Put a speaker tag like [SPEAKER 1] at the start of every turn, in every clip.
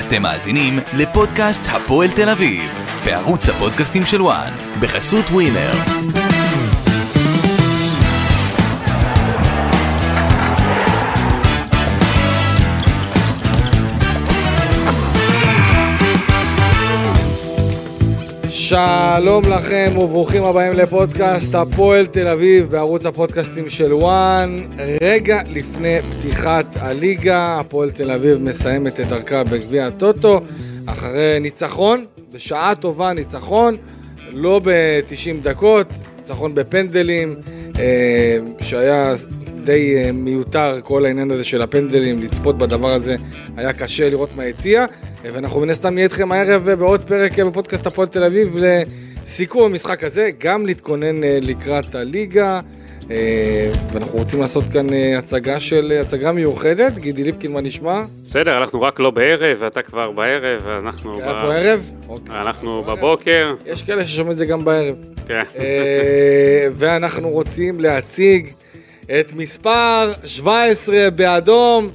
[SPEAKER 1] אתם מאזינים לפודקאסט הפועל תל אביב, בערוץ הפודקאסטים של וואן, בחסות ווינר.
[SPEAKER 2] שלום לכם וברוכים הבאים לפודקאסט הפועל תל אביב בערוץ הפודקאסטים של וואן. רגע לפני פתיחת הליגה, הפועל תל אביב מסיימת את דרכה בגביע הטוטו אחרי ניצחון, בשעה טובה ניצחון, לא ב-90 דקות, ניצחון בפנדלים, אה, שהיה די אה, מיותר כל העניין הזה של הפנדלים, לצפות בדבר הזה היה קשה לראות מהיציע, אה, ואנחנו מן הסתם נהיה איתכם הערב אה, בעוד פרק אה, בפודקאסט הפועל תל אביב לסיכום המשחק הזה, גם להתכונן אה, לקראת הליגה. אה, ואנחנו רוצים לעשות כאן אה, הצגה של הצגה מיוחדת, גידי ליפקין מה נשמע?
[SPEAKER 3] בסדר, אנחנו רק לא בערב, ואתה כבר בערב, ואנחנו
[SPEAKER 2] היה
[SPEAKER 3] ב-
[SPEAKER 2] פה ערב? אוקיי.
[SPEAKER 3] אנחנו
[SPEAKER 2] בערב.
[SPEAKER 3] בבוקר,
[SPEAKER 2] יש כאלה ששומעים את זה גם בערב.
[SPEAKER 3] כן.
[SPEAKER 2] אה, ואנחנו רוצים להציג את מספר 17 באדום,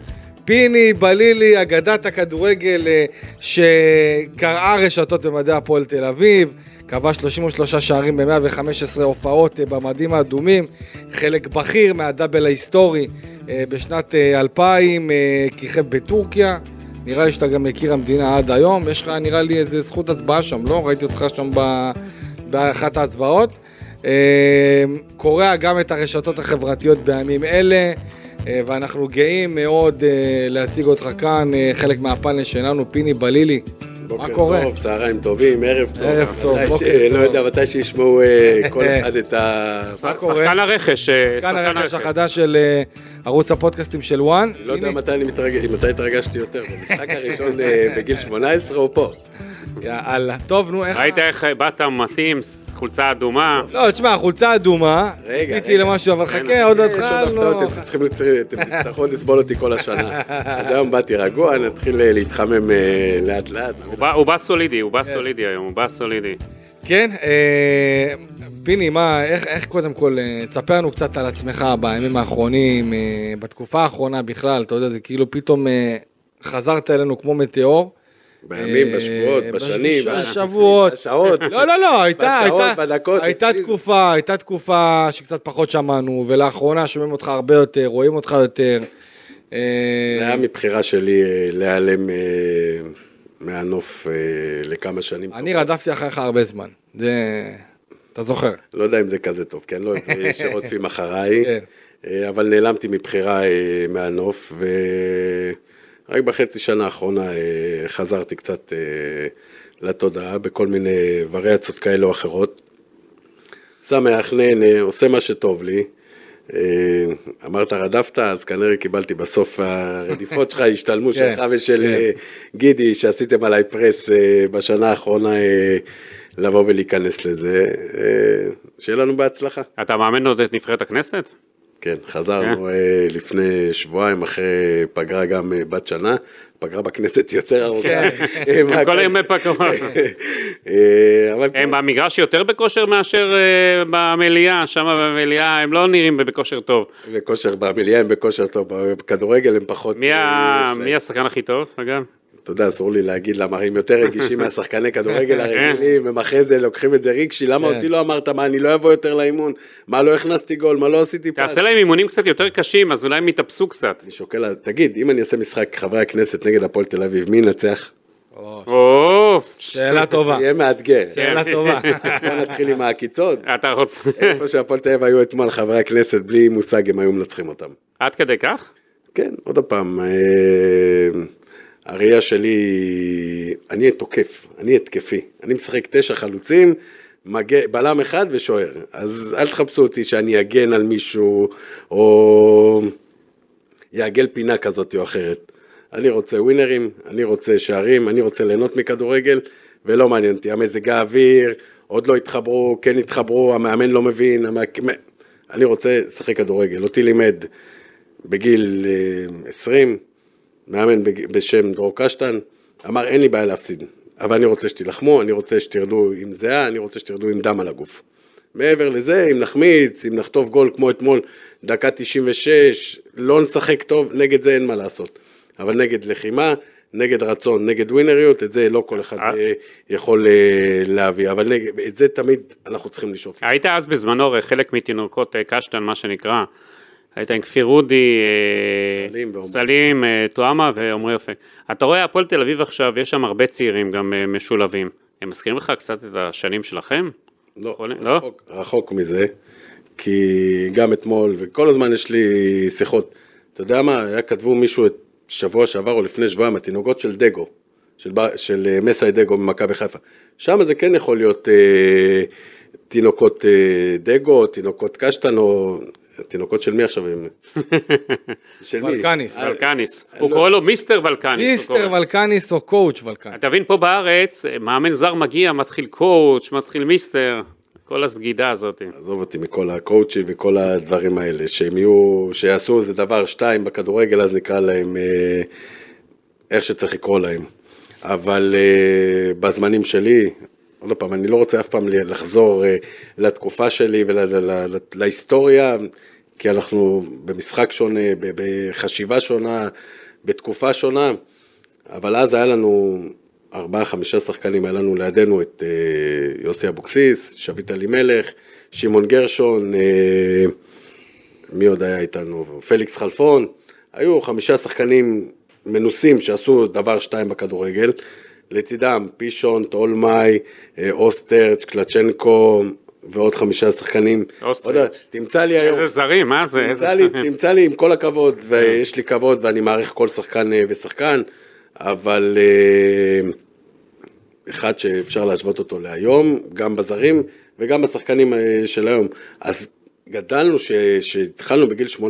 [SPEAKER 2] פיני בלילי, אגדת הכדורגל אה, שקרעה רשתות במדעי הפועל תל אביב. כבש 33 שערים ב-115 הופעות אה, במדים האדומים, חלק בכיר מהדאבל ההיסטורי אה, בשנת אה, 2000, אה, כיכב בטורקיה, נראה לי שאתה גם מכיר המדינה עד היום, יש לך נראה לי איזה זכות הצבעה שם, לא? ראיתי אותך שם ב... באחת ההצבעות. אה, קורע גם את הרשתות החברתיות בימים אלה, אה, ואנחנו גאים מאוד אה, להציג אותך כאן, אה, חלק מהפאנל שלנו, פיני בלילי. מה
[SPEAKER 4] בוקר
[SPEAKER 2] קורה?
[SPEAKER 4] טוב, צהריים טובים, ערב טוב.
[SPEAKER 2] ערב טוב,
[SPEAKER 4] מתי ש-
[SPEAKER 2] בוקר טוב.
[SPEAKER 4] לא יודע, מתי שישמעו אה, כל אחד את ה...
[SPEAKER 3] ש-
[SPEAKER 2] מה קורה?
[SPEAKER 3] שחקן הרכש, אה,
[SPEAKER 2] כאן הרכש החדש של אה, ערוץ הפודקאסטים של וואן.
[SPEAKER 4] לא יודע
[SPEAKER 2] הנה,
[SPEAKER 4] מתי אני מתרגש, מתי התרגשתי יותר, במשחק הראשון אה, בגיל 18 או פה.
[SPEAKER 2] יאללה. טוב, נו, איך...
[SPEAKER 3] ראית איך אה, באת מתאים, ס- חולצה אדומה,
[SPEAKER 2] לא, תשמע, החולצה אדומה.
[SPEAKER 4] רגע,
[SPEAKER 2] ציפיתי
[SPEAKER 4] רגע.
[SPEAKER 2] למשהו, אבל
[SPEAKER 3] אין,
[SPEAKER 2] חכה, עוד
[SPEAKER 4] יש
[SPEAKER 2] לא
[SPEAKER 4] עוד הפתעות,
[SPEAKER 2] התחלנו.
[SPEAKER 4] אתם צריכים לצ- אתם תצטרכו לסבול אותי כל השנה. אז היום באתי רגוע, נתחיל אה, להתחמם אה, לאט לאט.
[SPEAKER 3] הוא בא- הוא בא סולידי, הוא בא סולידי היום, הוא בא סולידי.
[SPEAKER 2] כן, אה, פיני, מה, איך, איך קודם כל, אה, תספר לנו קצת על עצמך בימים האחרונים, אה, בתקופה האחרונה בכלל, אתה יודע, זה כאילו פתאום אה, חזרת אלינו כמו מטאור.
[SPEAKER 4] בימים,
[SPEAKER 2] אה,
[SPEAKER 4] בשבועות,
[SPEAKER 2] בש-
[SPEAKER 4] בשנים.
[SPEAKER 2] בשבועות.
[SPEAKER 4] בשעות.
[SPEAKER 2] לא, לא, לא, הייתה,
[SPEAKER 4] בשעות,
[SPEAKER 2] הייתה,
[SPEAKER 4] בדקות,
[SPEAKER 2] הייתה
[SPEAKER 4] אצלי זה-
[SPEAKER 2] תקופה, הייתה תקופה שקצת פחות שמענו, ולאחרונה שומעים אותך הרבה יותר, רואים אותך יותר. אה,
[SPEAKER 4] זה היה מבחירה שלי אה, להיעלם אה, מהנוף אה, לכמה שנים.
[SPEAKER 2] אני רדפתי אחריך הרבה זמן, זה... אתה זוכר.
[SPEAKER 4] לא יודע אם זה כזה טוב, כי אני לא אוהב אה, שרודפים אחריי,
[SPEAKER 2] כן.
[SPEAKER 4] אה, אבל נעלמתי מבחירה אה, מהנוף, ורק בחצי שנה האחרונה אה, חזרתי קצת אה, לתודעה בכל מיני וריאציות כאלה או אחרות. שמח, נהנה, עושה מה שטוב לי. אה, אמרת רדפת, אז כנראה קיבלתי בסוף הרדיפות שלך, השתלמו
[SPEAKER 2] כן,
[SPEAKER 4] שלך ושל
[SPEAKER 2] כן.
[SPEAKER 4] אה, גידי, שעשיתם עליי פרס אה, בשנה האחרונה, אה, לבוא ולהיכנס לזה. אה, שיהיה לנו בהצלחה.
[SPEAKER 3] אתה מאמן עוד את נבחרת הכנסת?
[SPEAKER 4] כן, חזרנו אה, לפני שבועיים אחרי פגרה גם אה, בת שנה, פגרה בכנסת יותר ארוכה. אה, מה-
[SPEAKER 3] הם כל היום בפגרות.
[SPEAKER 4] אה, אבל כן,
[SPEAKER 3] הם במגרש יותר בכושר מאשר אה, במליאה, שם במליאה הם לא נראים בכושר טוב.
[SPEAKER 4] בכושר במליאה הם בכושר טוב, בכדורגל הם פחות...
[SPEAKER 3] מי
[SPEAKER 4] אה,
[SPEAKER 3] ה-
[SPEAKER 4] יש להם-
[SPEAKER 3] מי השחקן הכי טוב, אגב?
[SPEAKER 4] אתה יודע, אסור לי להגיד למה הם יותר רגישים מהשחקני
[SPEAKER 3] כן.
[SPEAKER 4] כדורגל הרגילים, הם אחרי זה לוקחים את זה רגשי, למה
[SPEAKER 2] כן.
[SPEAKER 4] אותי לא אמרת, מה, אני לא אבוא יותר לאימון, מה, לא הכנסתי גול, מה, לא עשיתי פס.
[SPEAKER 3] תעשה להם אימונים קצת יותר קשים, אז אולי הם יתאפסו קצת.
[SPEAKER 4] אני שוקל, תגיד, אם אני אעשה משחק חברי הכנסת נגד הפועל תל אביב, מי ינצח?
[SPEAKER 3] או,
[SPEAKER 2] שאלה טובה,
[SPEAKER 3] אה.
[SPEAKER 4] יהיה מאתגר.
[SPEAKER 3] כן.
[SPEAKER 2] שאלה טובה. אה,
[SPEAKER 4] בוא נתחיל עם העקיצות.
[SPEAKER 3] אתה רוצה...
[SPEAKER 4] איפה שהפועל תל אביב היו אתמול חברי הכנסת, בלי מושג הם היו מנצחים אותם.
[SPEAKER 3] עד כדי כך?
[SPEAKER 4] כן, עוד פעם, אה, הראייה שלי, אני תוקף, אני התקפי. אני משחק תשע חלוצים, מגן, בלם אחד ושוער. אז אל תחפשו אותי שאני אגן על מישהו, או יעגל פינה כזאת או אחרת. אני רוצה ווינרים, אני רוצה שערים, אני רוצה ליהנות מכדורגל, ולא מעניין אותי המזג האוויר, עוד לא התחברו, כן התחברו, המאמן לא מבין, המאמן... אני רוצה לשחק כדורגל, אותי לימד בגיל אה, 20, מאמן בג- בשם דרור קשטן, אמר אין לי בעיה להפסיד, אבל אני רוצה שתילחמו, אני רוצה שתרדו עם זיעה, אני רוצה שתרדו עם דם על הגוף. מעבר לזה, אם נחמיץ, אם נחטוף גול כמו אתמול, דקה 96, לא נשחק טוב, נגד זה אין מה לעשות. אבל נגד לחימה, נגד רצון, נגד ווינריות, את זה לא כל אחד
[SPEAKER 3] אה.
[SPEAKER 4] אה, יכול אה, להביא, אבל נגד, את זה תמיד אנחנו צריכים לשאוף.
[SPEAKER 3] היית אז בזמנו אה, חלק מתינוקות אה, קשטן, מה שנקרא. היית עם כפיר אודי, אה,
[SPEAKER 4] סלים ועומרי.
[SPEAKER 3] סלים, אה, טועמה ועומרי אופק. אתה רואה, הפועל תל אביב עכשיו, יש שם הרבה צעירים גם אה, משולבים. הם מזכירים לך קצת את השנים שלכם?
[SPEAKER 4] לא,
[SPEAKER 3] יכול- לא?
[SPEAKER 4] רחוק, רחוק מזה, כי גם אתמול, וכל הזמן יש לי שיחות. אתה יודע מה, היה כתבו מישהו את שבוע שעבר או לפני שבועיים, התינוקות של דגו, של, בר- של אה, מסאי דגו ממכבי חיפה. שם זה כן יכול להיות אה, תינוקות אה, דגו, תינוקות קשטן, או... התינוקות של מי עכשיו הם? של מי?
[SPEAKER 2] ולקניס.
[SPEAKER 4] אה,
[SPEAKER 3] ולקניס. הוא קורא לו מיסטר ולקניס. הוא
[SPEAKER 2] מיסטר
[SPEAKER 3] קורא.
[SPEAKER 2] ולקניס או קואוץ' ולקניס.
[SPEAKER 3] אתה מבין, פה בארץ, אה, מאמן זר מגיע, מתחיל קואוץ', מתחיל מיסטר, כל הסגידה הזאת.
[SPEAKER 4] עזוב אותי מכל הקואוצ'ים וכל הדברים האלה, שהם יהיו, שיעשו איזה דבר, שתיים בכדורגל, אז נקרא להם אה, איך שצריך לקרוא להם. אבל אה, בזמנים שלי, עוד פעם, אני לא רוצה אף פעם לחזור אה, לתקופה שלי ולהיסטוריה, כי אנחנו במשחק שונה, ב- בחשיבה שונה, בתקופה שונה, אבל אז היה לנו ארבעה, חמישה שחקנים, היה לנו לידינו את אה, יוסי אבוקסיס, שביט אלימלך, שמעון גרשון, אה, מי עוד היה איתנו? פליקס חלפון. היו חמישה שחקנים מנוסים שעשו דבר שתיים בכדורגל. לצידם פישון, טולמאי, אה, אוסטרץ', קלצ'נקו ועוד חמישה שחקנים.
[SPEAKER 3] אוסטרץ'.
[SPEAKER 4] עוד- תמצא לי היום.
[SPEAKER 3] איזה זרים, מה זה? איזה
[SPEAKER 4] תמצא לי,
[SPEAKER 3] זרים.
[SPEAKER 4] תמצא לי עם כל הכבוד, ויש לי כבוד ואני מעריך כל שחקן אה, ושחקן, אבל אה, אחד שאפשר להשוות אותו להיום, גם בזרים וגם בשחקנים אה, של היום. אז גדלנו, כשהתחלנו בגיל 18-19,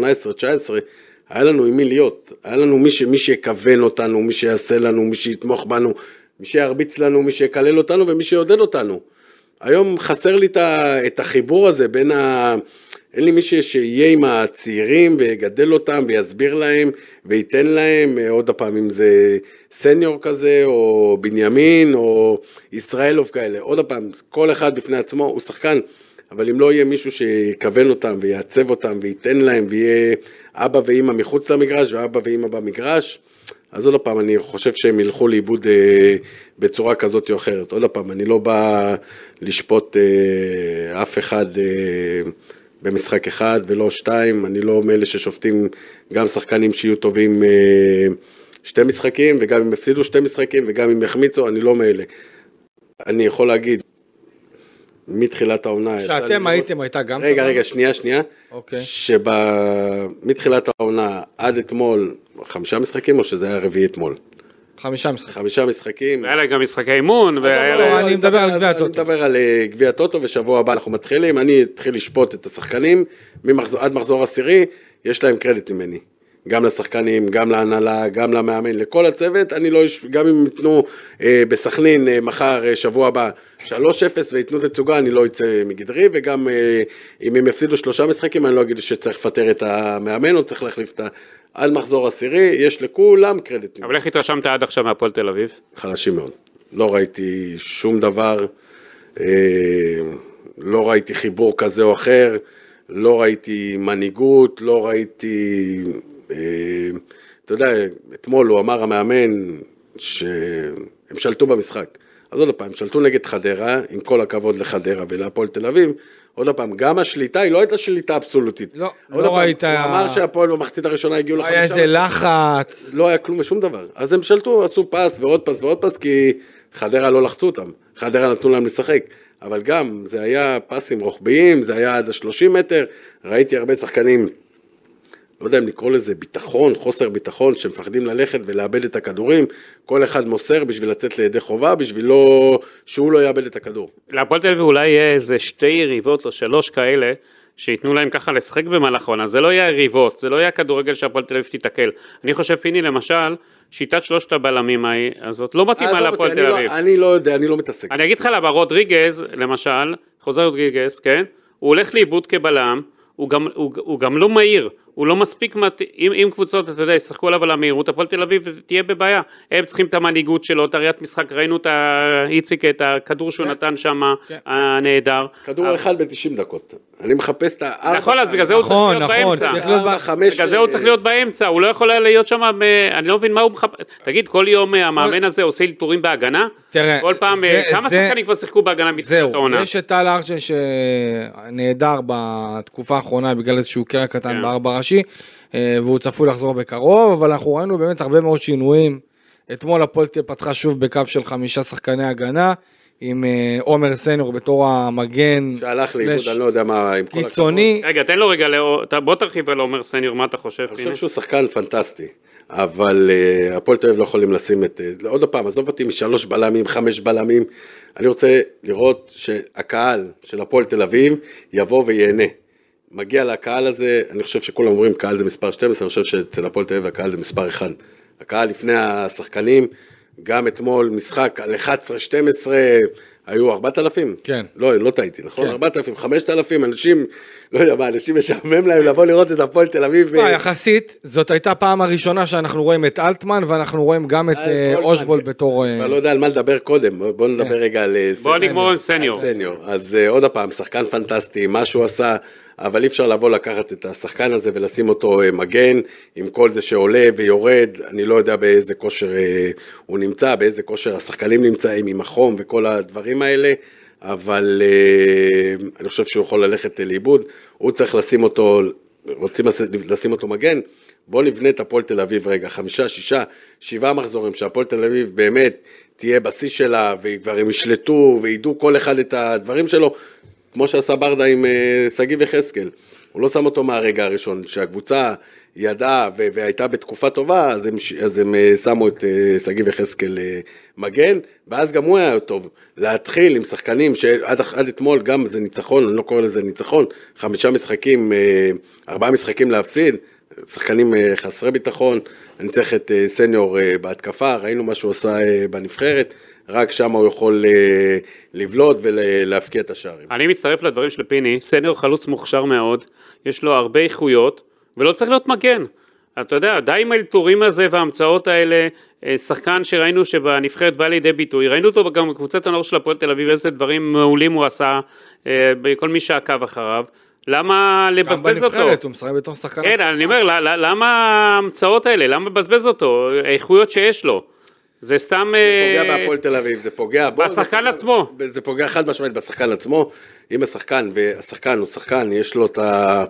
[SPEAKER 4] היה לנו עם מי להיות, היה לנו מי, ש... מי שיכוון אותנו, מי שיעשה לנו, מי שיתמוך בנו, מי שירביץ לנו, מי שיקלל אותנו ומי שיעודד אותנו. היום חסר לי את ה- את החיבור הזה בין ה... אין לי מישהו שיהיה עם הצעירים ויגדל אותם ויסביר להם וייתן להם, אה, עוד פעם, אם זה סניור כזה, או בנימין, או ישראלוב כאלה. עוד פעם, כל אחד בפני עצמו הוא שחקן, אבל אם לא יהיה מישהו שיכוון אותם ויעצב אותם וייתן להם ויהיה אבא ואימא מחוץ למגרש ואבא ואימא במגרש, אז עוד פעם, אני חושב שהם ילכו לאיבוד אה, בצורה כזאת או אחרת. עוד פעם, אני לא בא לשפוט אה, אף אחד אה, במשחק אחד ולא שתיים, אני לא מאלה ששופטים גם שחקנים שיהיו טובים אה, שתי משחקים, וגם אם יפסידו שתי משחקים, וגם אם יחמיצו, אני לא מאלה. אני יכול להגיד, מתחילת העונה... יצא לי
[SPEAKER 2] כשאתם
[SPEAKER 4] לראות-
[SPEAKER 2] הייתם הייתה גם
[SPEAKER 4] רגע,
[SPEAKER 2] סבבה?
[SPEAKER 4] רגע, שנייה, שנייה.
[SPEAKER 2] אוקיי.
[SPEAKER 4] שמתחילת העונה עד אתמול, חמישה משחקים, או שזה היה רביעי אתמול?
[SPEAKER 2] חמישה משחקים.
[SPEAKER 4] חמישה משחקים.
[SPEAKER 3] היה לה גם משחקי אימון, והיה
[SPEAKER 2] לא,
[SPEAKER 3] לה...
[SPEAKER 2] אני מדבר על
[SPEAKER 4] אז
[SPEAKER 2] גביע הטוטו.
[SPEAKER 4] אני מדבר על אה, גביע הטוטו, ושבוע הבא אנחנו מתחילים, אני אתחיל לשפוט את השחקנים, ממחזור- עד מחזור עשירי, יש להם קרדיט ממני. גם לשחקנים, גם להנהלה, גם למאמן, לכל הצוות, אני לא, אש- גם אם ייתנו אה, בסכנין אה, מחר, אה, שבוע הבא, 3-0 וייתנו תצוגה, אני לא אצא מגדרי, וגם אה, אם הם יפסידו שלושה משחקים, אני לא אגיד שצריך לפטר את המאמן או צריך להחליף את ה... עד מחזור עשירי, יש לכולם קרדיט. ממני.
[SPEAKER 3] אבל איך התרשמת עד עכשיו מהפועל תל אביב?
[SPEAKER 4] חלשים מאוד. לא ראיתי שום דבר, אה, לא ראיתי חיבור כזה או אחר, לא ראיתי מנהיגות, לא ראיתי... אה, אתה יודע, אתמול הוא אמר המאמן שהם שלטו במשחק. אז עוד פעם, הם שלטו נגד חדרה, עם כל הכבוד לחדרה ולהפועל תל אביב. עוד פעם, גם השליטה היא לא הייתה שליטה אבסולוטית.
[SPEAKER 2] לא,
[SPEAKER 4] עוד
[SPEAKER 2] לא
[SPEAKER 4] פעם,
[SPEAKER 2] ראית- לא
[SPEAKER 4] הוא אמר שהפועל במחצית הראשונה הגיעו לחמישה...
[SPEAKER 2] היה איזה
[SPEAKER 4] לא, מצבים.
[SPEAKER 2] לחץ.
[SPEAKER 4] לא היה כלום ושום דבר. אז הם שלטו, עשו פס ועוד פס ועוד פס, כי חדרה לא לחצו אותם. חדרה נתנו להם לשחק. אבל גם, זה היה פסים רוחביים, זה היה עד ה-30 מטר. ראיתי הרבה שחקנים, לא יודע אם לקרוא לזה ביטחון, חוסר ביטחון, שמפחדים ללכת ולאבד את הכדורים. כל אחד מוסר בשביל לצאת לידי חובה, בשביל לא... שהוא לא יאבד את הכדור.
[SPEAKER 3] להפועל תל אביב אולי יהיה איזה שתי יריבות או שלוש כאלה, שייתנו להם ככה לשחק במהלך העונה, זה לא יהיה יריבות, זה לא יהיה כדורגל שהפועל תל אביב תיתקל. אני חושב, פיני, למשל, שיטת שלושת הבלמים ההיא, הזאת לא מתאימה
[SPEAKER 4] עזוב אותי,
[SPEAKER 3] להפועל
[SPEAKER 4] אני
[SPEAKER 3] תל
[SPEAKER 4] לא-
[SPEAKER 3] אביב.
[SPEAKER 4] אני לא יודע, אני לא מתעסק.
[SPEAKER 3] אני אגיד לך למה, רודריגז, למשל, חוזר רודריגז, כן? הוא הולך לאיבוד כבלם, הוא גם, הוא, הוא גם לא מהיר, הוא לא מספיק, מת... אם, אם קבוצות, אתה יודע, ישחקו עליו על המהירות, הפועל תל אביב תהיה בבעיה. הם צריכים את המנהיגות שלו, את הראיית משחק, ראינו את ה- איציק, את הכדור שהוא נתן שם,
[SPEAKER 2] כן.
[SPEAKER 3] הנהדר.
[SPEAKER 4] כדור אחד ב-90 דקות. אני מחפש את ה...
[SPEAKER 3] נכון, אז בגלל זה הוא צריך
[SPEAKER 2] נכון,
[SPEAKER 3] להיות
[SPEAKER 2] נכון,
[SPEAKER 3] באמצע.
[SPEAKER 2] צריך להיות
[SPEAKER 4] ארבע,
[SPEAKER 2] ב-
[SPEAKER 4] חמש...
[SPEAKER 3] בגלל זה הוא צריך להיות באמצע, הוא לא יכול היה להיות שם, ב- אני לא מבין מה הוא מחפ... תגיד, כל יום אה, המאמן הזה עושה אלתורים בהגנה?
[SPEAKER 2] תראה,
[SPEAKER 3] כל פעם,
[SPEAKER 2] זה-
[SPEAKER 3] אה, כמה
[SPEAKER 2] זה-
[SPEAKER 3] שחקנים כבר שיחקו בהגנה מתחילת
[SPEAKER 2] זהו,
[SPEAKER 3] העונה?
[SPEAKER 2] יש את טל ארצ'ן שנעדר בתקופה האחרונה בגלל איזשהו קרע קטן
[SPEAKER 3] כן.
[SPEAKER 2] בארבע ראשי, אה, והוא צפוי לחזור בקרוב, אבל אנחנו ראינו באמת הרבה מאוד שינויים. אתמול הפועל תל- פתחה שוב בקו של חמישה שחקני הגנה, עם אה, עומר סניור בתור המגן,
[SPEAKER 4] שהלך לאיבוד,
[SPEAKER 2] סלאש,
[SPEAKER 4] אני לא יודע מה, עם כל הכבוד.
[SPEAKER 2] קיצוני,
[SPEAKER 3] רגע, תן לו רגע, לאור- אתה- בוא תרחיב על עומר סניור, מה אתה חושב?
[SPEAKER 4] אני
[SPEAKER 3] הנה?
[SPEAKER 4] חושב שהוא שחקן פנטסטי, אבל אה, הפועל תל אביב לא יכולים לשים את... אה, עוד פעם, עזוב אותי משלוש בלמים, חמש בלמים. אני רוצה לראות שהקהל של הפועל תל אביב יבוא וייהנה. מגיע לקהל הזה, אני חושב שכולם אומרים קהל זה מספר 12, אני חושב שאצל הפועל תל אביב הקהל זה מספר 1. הקהל לפני השחקנים, גם אתמול משחק על 11-12, היו 4,000?
[SPEAKER 2] כן.
[SPEAKER 4] לא, לא טעיתי, נכון?
[SPEAKER 2] כן.
[SPEAKER 4] 4,000, 5,000 אנשים, לא יודע מה, אנשים משעמם להם לבוא לראות את הפועל תל אביב.
[SPEAKER 2] מה,
[SPEAKER 4] אה,
[SPEAKER 2] יחסית, זאת הייתה פעם הראשונה שאנחנו רואים את אלטמן, ואנחנו רואים גם את אה,
[SPEAKER 4] גולדמן,
[SPEAKER 2] אושבולד
[SPEAKER 4] כן.
[SPEAKER 2] בתור... אה,
[SPEAKER 4] כבר לא יודע על מה לדבר קודם, בוא- בוא נדבר רגע על אה,
[SPEAKER 3] בוא
[SPEAKER 4] סניור.
[SPEAKER 3] נגמור עם
[SPEAKER 4] על
[SPEAKER 3] סניור.
[SPEAKER 4] סניור. אז אה, עוד פעם, שחקן פנטסטי, מה שהוא עשה, אבל אי אפשר לבוא לקחת את השחקן הזה ולשים אותו אה, מגן, עם כל זה שעולה ויורד, אני לא יודע באיזה כושר אה, הוא נמצא, באיזה כושר השחקנים נמצאים, עם החום וכל הדברים האלה. אבל אה, אני חושב שהוא יכול ללכת אה, לאיבוד, הוא צריך לשים אותו, רוצים לש- לשים אותו מגן, בואו נבנה את הפועל תל אביב רגע, חמישה, שישה, שבעה מחזורים, שהפועל תל אביב באמת תהיה בשיא שלה, וכבר הם ישלטו וידעו כל אחד את הדברים שלו, כמו שעשה ברדה עם אה, שגיב יחזקאל. הוא לא שם אותו מהרגע הראשון, כשהקבוצה ידעה ו- והייתה בתקופה טובה, אז הם, ש- אז הם אה, שמו את אה, שגיב יחזקאל אה, מגן, ואז גם הוא היה טוב. להתחיל עם שחקנים שעד עד אתמול גם זה ניצחון, אני לא קורא לזה ניצחון, חמישה משחקים, אה, ארבעה משחקים להפסיד, שחקנים אה, חסרי ביטחון, אני צריך את אה, סניור אה, בהתקפה, ראינו מה שהוא עשה אה, בנבחרת, רק שם הוא יכול אה, לבלוט ולהבקיע את השערים.
[SPEAKER 3] אני מצטרף לדברים של פיני, סניור חלוץ מוכשר מאוד, יש לו הרבה איכויות, ולא צריך להיות מגן. אתה יודע, די עם האלתורים הזה וההמצאות האלה, אה, שחקן שראינו שבנבחרת בא לידי ביטוי, ראינו אותו גם בקבוצת הנוער של הפועל תל אביב, איזה דברים מעולים הוא עשה, אה, בכל מי שעקב אחריו, למה
[SPEAKER 2] גם
[SPEAKER 3] לבזבז אותו?
[SPEAKER 2] בנבחרת, הוא משחק בתור שחקן.
[SPEAKER 3] כן, אני אומר, ל- ל- למה ההמצאות האלה? למה לבזבז אותו? האיכויות שיש לו. זה סתם...
[SPEAKER 4] זה
[SPEAKER 3] אה,
[SPEAKER 4] פוגע בהפועל תל אביב, זה פוגע בו.
[SPEAKER 3] בשחקן
[SPEAKER 4] זה פוגע-
[SPEAKER 3] עצמו.
[SPEAKER 4] זה פוגע חד משמעית בשחקן עצמו. אם השחקן, והשחקן הוא שחקן, יש לו את ה...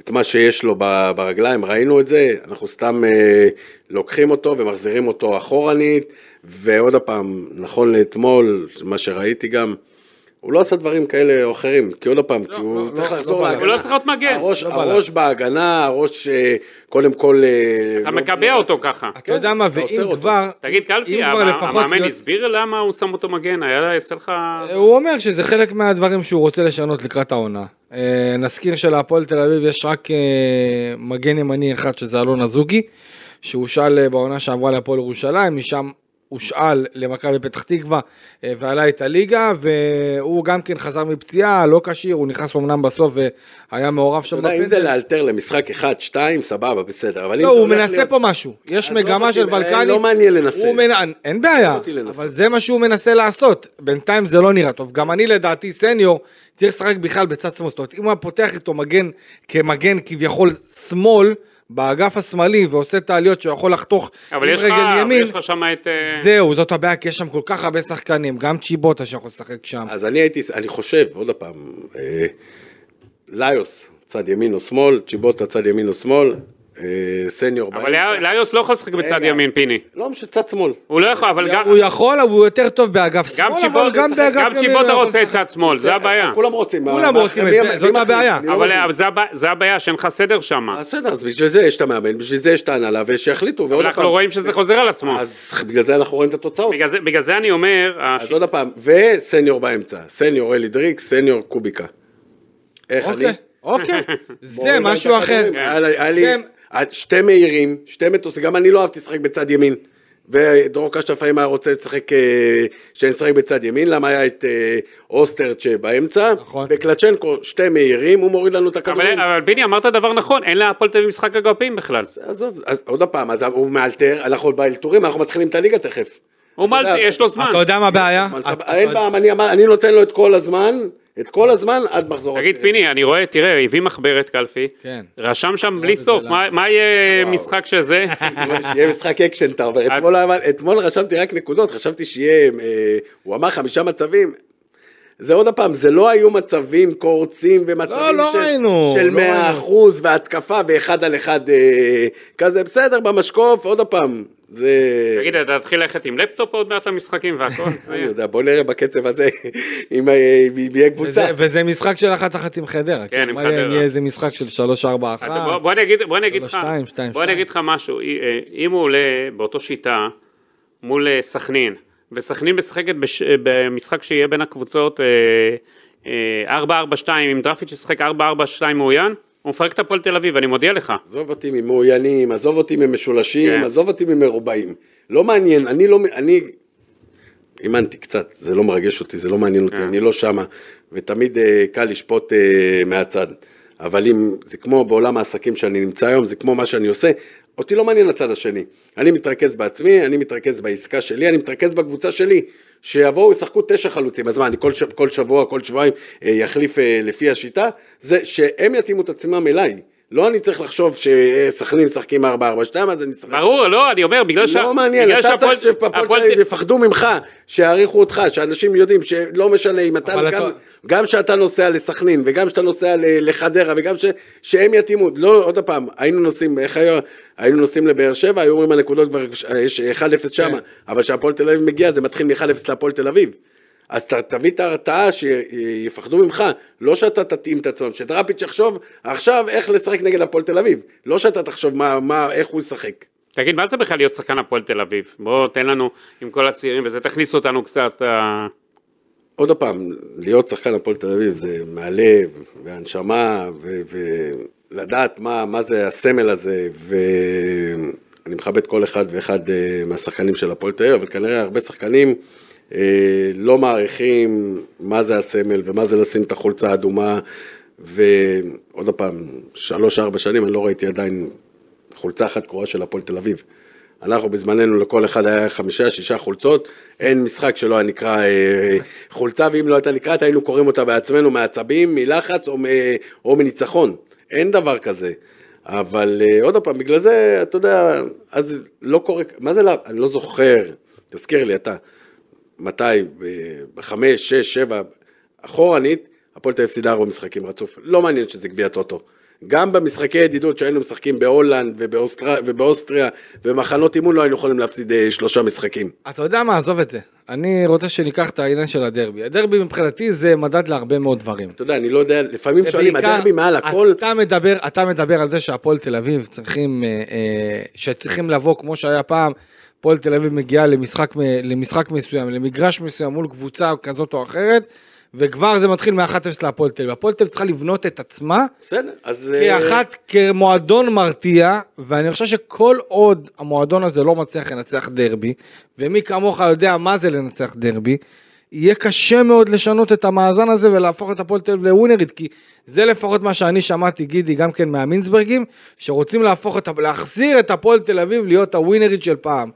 [SPEAKER 4] את מה שיש לו ב- ברגליים, ראינו את זה, אנחנו סתם אה, לוקחים אותו ומחזירים אותו אחורנית, ועוד פעם, נכון לאתמול, מה שראיתי גם, הוא לא עשה דברים כאלה או אחרים, כי עוד פעם, כי הוא
[SPEAKER 2] לא,
[SPEAKER 4] צריך
[SPEAKER 2] לא,
[SPEAKER 4] לחזור
[SPEAKER 2] לא בא לו.
[SPEAKER 4] להגנה.
[SPEAKER 3] הוא לא צריך להיות מגן.
[SPEAKER 4] הראש,
[SPEAKER 2] לא בא לו.
[SPEAKER 4] הראש בהגנה, הראש אה, קודם כל... אה,
[SPEAKER 3] אתה
[SPEAKER 4] לא- אוקיי.
[SPEAKER 3] מקבע אותו ככה.
[SPEAKER 2] אתה יודע מה,
[SPEAKER 4] אתה עוצר
[SPEAKER 2] ואם
[SPEAKER 4] אותו.
[SPEAKER 2] כבר...
[SPEAKER 3] תגיד קלפי,
[SPEAKER 2] אם כבר
[SPEAKER 3] המ-
[SPEAKER 2] לפחות
[SPEAKER 3] המאמן
[SPEAKER 2] להיות- אה,
[SPEAKER 3] הסביר למה הוא שם אותו מגן, היה לה- יצא לך...
[SPEAKER 2] הוא אומר שזה חלק מהדברים שהוא רוצה לשנות לקראת העונה. אה, נזכיר שלהפועל תל אביב יש רק אה, מגן ימני אחד שזה אלון אזוגי, שהושאל אה, בעונה שעברה להפועל ירושלים, משם הושאל למכבי פתח תקווה אה, ועלה את הליגה, והוא גם כן חזר מפציעה, לא כשיר, הוא נכנס אמנם בסוף והיה מעורב
[SPEAKER 4] אתה
[SPEAKER 2] שם
[SPEAKER 4] יודע, אם זה לאלתר למשחק אחד, שתיים, סבבה, בסדר. אבל אם
[SPEAKER 2] לא,
[SPEAKER 4] זה
[SPEAKER 2] הוא
[SPEAKER 4] הולך
[SPEAKER 2] מנסה
[SPEAKER 4] להיות-
[SPEAKER 2] פה משהו, יש
[SPEAKER 4] עזוב אותי,
[SPEAKER 2] מגמה של
[SPEAKER 4] אה,
[SPEAKER 2] בלקני,
[SPEAKER 4] לא מעניין לנסה.
[SPEAKER 2] הוא מנ... אה, אין בעיה,
[SPEAKER 4] אותי לנסות.
[SPEAKER 2] אבל זה מה שהוא מנסה לעשות. בינתיים זה לא נראה טוב. גם אני לדעתי סניור צריך לשחק בכלל בצד שמאל. זאת אומרת, אם הוא היה פותח איתו מגן כמגן כביכול שמאל, באגף השמאלי ועושה את העליות שהוא יכול לחתוך
[SPEAKER 3] אבל יש לך- אבל יש לך שם את... אה,
[SPEAKER 2] זהו, זאת הבעיה, כי יש שם כל כך הרבה שחקנים, גם צ'יבוטה שיכול לשחק שם.
[SPEAKER 4] אז אני הייתי, אני חושב, עוד פעם, אה, ליוס, צד ימין או שמאל, צ'יבוטה, צד ימין או שמאל, אה, סניור
[SPEAKER 3] אבל ליא- ליוס לא יכול לשחק בצד
[SPEAKER 4] רגע.
[SPEAKER 3] ימין, פיני.
[SPEAKER 4] לא, משנה, צד שמאל.
[SPEAKER 3] הוא לא יכול, אבל גם...
[SPEAKER 2] הוא יכול, אבל הוא יותר טוב באגף
[SPEAKER 3] גם
[SPEAKER 2] שמאל, אבל
[SPEAKER 3] צ'יבוט-
[SPEAKER 2] גם באגף ימין.
[SPEAKER 3] גם
[SPEAKER 2] הוא
[SPEAKER 3] צ'יבוטה
[SPEAKER 2] יכול
[SPEAKER 3] רוצה
[SPEAKER 2] לשחק.
[SPEAKER 3] את צד שמאל, זה הבעיה.
[SPEAKER 4] אה, כולם רוצים.
[SPEAKER 2] כולם
[SPEAKER 4] מה-
[SPEAKER 2] רוצים
[SPEAKER 4] מי-
[SPEAKER 2] את זה,
[SPEAKER 4] מי- מי
[SPEAKER 2] זאת
[SPEAKER 4] מחליט?
[SPEAKER 2] הבעיה.
[SPEAKER 4] אני לא
[SPEAKER 3] אבל אה,
[SPEAKER 4] מבין.
[SPEAKER 3] אבל זה הבע- זה הבעיה, שאין לך סדר שם.
[SPEAKER 4] אז בסדר, אז בשביל זה יש את המאמן, בשביל זה יש את ההנהלה, ושיחליטו, ועוד
[SPEAKER 3] אבל
[SPEAKER 4] פעם.
[SPEAKER 3] אנחנו רואים שזה חוזר על עצמו.
[SPEAKER 4] אז בגלל זה אנחנו רואים את התוצאות.
[SPEAKER 3] בגלל זה- בגלל זה אני אומר... הש-
[SPEAKER 4] אז עוד פעם, וסניור באמצע, סניור אלי דריק, סניור קוביקה. איך אני?
[SPEAKER 2] אוקיי, אוקיי, זה
[SPEAKER 4] בואו נראה
[SPEAKER 2] משהו
[SPEAKER 3] כן.
[SPEAKER 4] את הכדורים.
[SPEAKER 2] אחר.
[SPEAKER 4] כן. היה לי- היה לי
[SPEAKER 2] זה-
[SPEAKER 4] שתי מהירים, שתי מטוסים, גם אני לא אהבתי לשחק בצד ימין. ודרור קשט לפעמים היה רוצה לשחק, אה, שנשחק בצד ימין, למה היה את אה, אוסטרט שבאמצע,
[SPEAKER 2] נכון.
[SPEAKER 4] וקלצ'נקו שתי מהירים, הוא מוריד לנו את הכדורים.
[SPEAKER 3] אבל אבל פיני אמרת דבר נכון, אין להפועל תל אביב משחק אגפים בכלל.
[SPEAKER 4] עזוב, אז עוד פעם, אז הוא מאלתר, אנחנו באלתורים, אנחנו מתחילים את הליגה תכף.
[SPEAKER 3] הוא
[SPEAKER 4] אתה
[SPEAKER 3] מלט,
[SPEAKER 4] יודע,
[SPEAKER 3] יש לו זמן.
[SPEAKER 2] אתה יודע מה הבעיה?
[SPEAKER 4] אבל
[SPEAKER 2] אתה-
[SPEAKER 4] סבבה, אין פעם, אני אמר- אני נותן לו את כל הזמן, את כל הזמן עד מחזור
[SPEAKER 3] תגיד פיני, אני רואה, תראה, הביא מחברת קלפי,
[SPEAKER 2] כן.
[SPEAKER 3] רשם שם בלי סוף, מה- מה יהיה
[SPEAKER 4] וואו.
[SPEAKER 3] משחק שזה?
[SPEAKER 4] כאילו, שיהיה משחק אקשן, אתה אומר. אתמול אבל- אתמול רשמתי רק נקודות, חשבתי שיהיה, אה, הוא אמר חמישה מצבים. זה עוד פעם, זה לא היו מצבים קורצים
[SPEAKER 2] לא,
[SPEAKER 4] ומצבים
[SPEAKER 2] לא
[SPEAKER 4] של,
[SPEAKER 2] ראינו,
[SPEAKER 4] של
[SPEAKER 2] לא
[SPEAKER 4] 100
[SPEAKER 2] ראינו.
[SPEAKER 4] אחוז והתקפה ואחד על אחד אה, כזה, בסדר, במשקוף, עוד פעם, זה...
[SPEAKER 3] תגיד, אתה תתחיל ללכת עם לפטופ עוד מעט למשחקים והכל? זה
[SPEAKER 4] אני
[SPEAKER 3] יהיה.
[SPEAKER 4] יודע, בוא נראה בקצב הזה, אם אה, אם יהיה קבוצה.
[SPEAKER 2] וזה- וזה משחק של אחת אחת עם חדרה. כאילו,
[SPEAKER 3] כן, עם
[SPEAKER 2] מה יהיה אם
[SPEAKER 3] חדרה.
[SPEAKER 2] יהיה איזה משחק של שלוש, ארבע,
[SPEAKER 3] אתה- בוא-
[SPEAKER 2] אחת.
[SPEAKER 3] בוא אני אגיד- בוא אני אגיד
[SPEAKER 2] שלוש,
[SPEAKER 3] לך,
[SPEAKER 2] שתיים, שתיים,
[SPEAKER 3] בוא אני
[SPEAKER 2] שתיים.
[SPEAKER 3] אגיד לך משהו, אה, אה, אם הוא עולה באותו שיטה מול אה, סכנין, וסכנין משחקת בש- אה, במשחק שיהיה בין הקבוצות אה, אה, 4-4-2, אם דרפיץ' ישחק 4-4-2 מאוין, הוא מפרק את הפועל תל אביב, אני מודיע לך.
[SPEAKER 4] עזוב אותי ממאוינים, עזוב אותי ממשולשים,
[SPEAKER 3] כן.
[SPEAKER 4] כן. עזוב אותי ממרובעים. לא מעניין, אני לא, אני אימנתי קצת, זה לא מרגש אותי, זה לא מעניין אותי, אני לא שמה, ותמיד אה, קל לשפוט אה, מהצד. אבל אם, זה כמו בעולם העסקים שאני נמצא היום, זה כמו מה שאני עושה, אותי לא מעניין הצד השני. אני מתרכז בעצמי, אני מתרכז בעסקה שלי, אני מתרכז בקבוצה שלי. שיבואו, ישחקו תשע חלוצים, אז מה, אני כל, ש... כל שבוע, כל שבועיים אה, יחליף אה, לפי השיטה? זה שהם יתאימו את עצמם אליי. לא אני צריך לחשוב שסכנין משחקים 4-4-2, אז אני אשחק
[SPEAKER 3] ברור, לא, אני אומר, בגלל
[SPEAKER 4] לא מעניין,
[SPEAKER 3] בגלל
[SPEAKER 4] אתה
[SPEAKER 3] שהפועל-
[SPEAKER 4] צריך שבפועל
[SPEAKER 3] הפועל
[SPEAKER 4] תל אביב יפחדו ממך, שיעריכו אותך, שאנשים יודעים שלא משנה אם אתה,
[SPEAKER 2] אבל
[SPEAKER 4] גם-
[SPEAKER 2] אתה-
[SPEAKER 4] גם שאתה נוסע לסכנין, וגם שאתה נוסע ל- לחדרה, וגם ש- שהם יתאימו, לא, עוד פעם, היינו נוסעים, איך היה, היינו נוסעים לבאר שבע, היו אומרים הנקודות כבר, ש- יש 1-0 שם,
[SPEAKER 3] כן.
[SPEAKER 4] אבל כשהפועל תל אביב מגיע, זה מתחיל מ-1-0 להפועל תל אביב. אז ת, תביא את ההרתעה שיפחדו ממך, לא שאתה תתאים את עצמם, שדראפיץ' יחשוב עכשיו איך לשחק נגד הפועל תל אביב, לא שאתה תחשוב מה, מה, איך הוא ישחק.
[SPEAKER 3] תגיד, מה זה בכלל להיות שחקן הפועל תל אביב? בוא, תן לנו עם כל הצעירים וזה, תכניס אותנו קצת. אה,
[SPEAKER 4] עוד פעם, להיות שחקן הפועל תל אביב זה מהלב והנשמה ו- ולדעת מה, מה זה הסמל הזה ואני מכבד כל אחד ואחד אה, מהשחקנים של הפועל תל אביב, אבל כנראה הרבה שחקנים אה, לא מעריכים מה זה הסמל ומה זה לשים את החולצה האדומה ועוד פעם, שלוש ארבע שנים אני לא ראיתי עדיין חולצה אחת קרואה של הפועל תל אביב. אנחנו בזמננו לכל אחד היה חמישה, שישה חולצות, אין משחק שלא היה נקרא אה, אה, חולצה, ואם לא הייתה נקראת היינו קוראים אותה בעצמנו מעצבים, מלחץ או, מ, או מניצחון, אין דבר כזה. אבל אה, עוד פעם, בגלל זה, אתה יודע, אז לא קורה, מה זה, לא- אני לא זוכר, תזכיר לי אתה, מתי, ב- בחמש, שש, שבע, אחורנית, הפועל תל אביב הפסידה ארבע משחקים רצוף. לא מעניין שזה גביע טוטו. גם במשחקי ידידות שהיינו משחקים בהולנד ובאוסטריה, ובאוסטריה במחנות אימון לא היינו יכולים להפסיד אה, שלושה משחקים.
[SPEAKER 2] אתה יודע מה, עזוב את זה. אני רוצה שניקח את העניין של הדרבי. הדרבי מבחינתי זה מדד להרבה מאוד דברים.
[SPEAKER 4] אתה יודע, אני לא יודע, לפעמים
[SPEAKER 2] זה
[SPEAKER 4] שואלים,
[SPEAKER 2] בעיקר-
[SPEAKER 4] הדרבי מעל הכל,
[SPEAKER 2] אתה מדבר, אתה מדבר על זה שהפועל תל אביב צריכים, אה, אה, שצריכים לבוא כמו שהיה פעם, הפועל תל אביב מגיעה למשחק, מ- למשחק מסוים, למגרש מסוים מול קבוצה כזאת או אחרת, וכבר זה מתחיל מ-1-0 להפועל תל אביב. הפועל תל אביב צריכה לבנות את עצמה
[SPEAKER 4] בסדר, אז... אה,
[SPEAKER 2] כאחת, כמועדון מרתיע, ואני חושב שכל עוד המועדון הזה לא מצליח לנצח דרבי, ומי כמוך יודע מה זה לנצח דרבי, יהיה קשה מאוד לשנות את המאזן הזה ולהפוך את הפועל תל אביב לווינרית, כי זה לפחות מה שאני שמעתי, גידי, גם כן מהמינסברגים, שרוצים להפוך את, ה- להחזיר את הפועל תל אביב להיות הווינרית של פעם.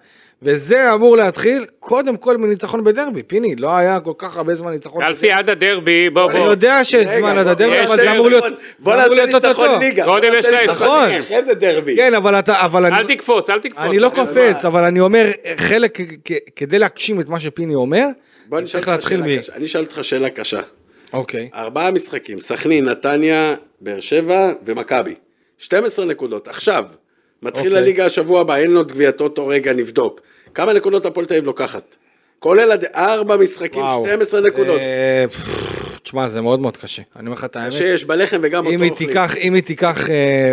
[SPEAKER 2] וזה אמור להתחיל קודם כל מניצחון בדרבי, פיני, לא היה כל כך הרבה זמן ניצחון.
[SPEAKER 3] קלפי עד הדרבי, בוא,
[SPEAKER 2] אני
[SPEAKER 3] בוא.
[SPEAKER 2] יודע שיש
[SPEAKER 4] רגע,
[SPEAKER 2] זמן עד
[SPEAKER 4] בוא-
[SPEAKER 2] הדרבי,
[SPEAKER 4] יש
[SPEAKER 2] אבל זה
[SPEAKER 4] ניצחון.
[SPEAKER 2] אמור להיות...
[SPEAKER 4] בוא
[SPEAKER 2] זה אמור
[SPEAKER 4] נעשה
[SPEAKER 2] להיות
[SPEAKER 4] ניצחון
[SPEAKER 2] אוטוטו.
[SPEAKER 4] ליגה.
[SPEAKER 3] קודם
[SPEAKER 4] בוא
[SPEAKER 3] יש
[SPEAKER 4] נעשה
[SPEAKER 3] להם.
[SPEAKER 4] ניצחון
[SPEAKER 2] נכון.
[SPEAKER 4] ליגה, אחרי זה דרבי.
[SPEAKER 2] כן, אבל אתה, אבל
[SPEAKER 3] אל
[SPEAKER 2] אני,
[SPEAKER 3] תקפוץ, אוקיי, אל תקפוץ.
[SPEAKER 2] אני לא
[SPEAKER 3] אחי.
[SPEAKER 2] קופץ, אבל אני אומר, חלק, כ- כ- כדי להגשים את מה שפיני אומר,
[SPEAKER 4] בוא אני אשאל
[SPEAKER 2] צריך
[SPEAKER 4] אותך
[SPEAKER 2] להתחיל מ...
[SPEAKER 4] שאלה קשה. אה, אני אשאל אותך שאלה קשה.
[SPEAKER 2] אוקיי.
[SPEAKER 4] ארבעה משחקים, סכנין, נתניה, באר שבע ומכבי. 12 נקודות, עכשיו. מתחיל
[SPEAKER 2] אוקיי.
[SPEAKER 4] הליגה השבוע הבא, אין עוד גביע טוטו, רגע נבדוק. כמה נקודות הפועל תל אביב לוקחת? כולל עד ארבע משחקים, 12 כאילו נקודות.
[SPEAKER 2] אה, תשמע, זה מאוד מאוד קשה. אני אומר לך את האמת.
[SPEAKER 4] שיש בלחם וגם
[SPEAKER 2] אם
[SPEAKER 4] אותו
[SPEAKER 2] היא
[SPEAKER 4] אוכלים.
[SPEAKER 2] תיקח, אם היא תיקח... אה,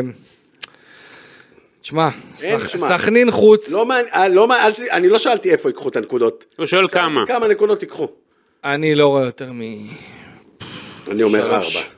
[SPEAKER 2] תשמע,
[SPEAKER 4] אין,
[SPEAKER 2] סכ-
[SPEAKER 4] תשמע.
[SPEAKER 2] סכנין חוץ,
[SPEAKER 4] לא מעניין, אה, לא מעניין, אל ת- אני לא שאלתי איפה ייקחו את הנקודות.
[SPEAKER 3] הוא שואל כמה.
[SPEAKER 4] שאלתי כמה נקודות ייקחו?
[SPEAKER 2] אני לא רואה יותר מ...
[SPEAKER 4] אני אומר ארבע.
[SPEAKER 2] שלוש.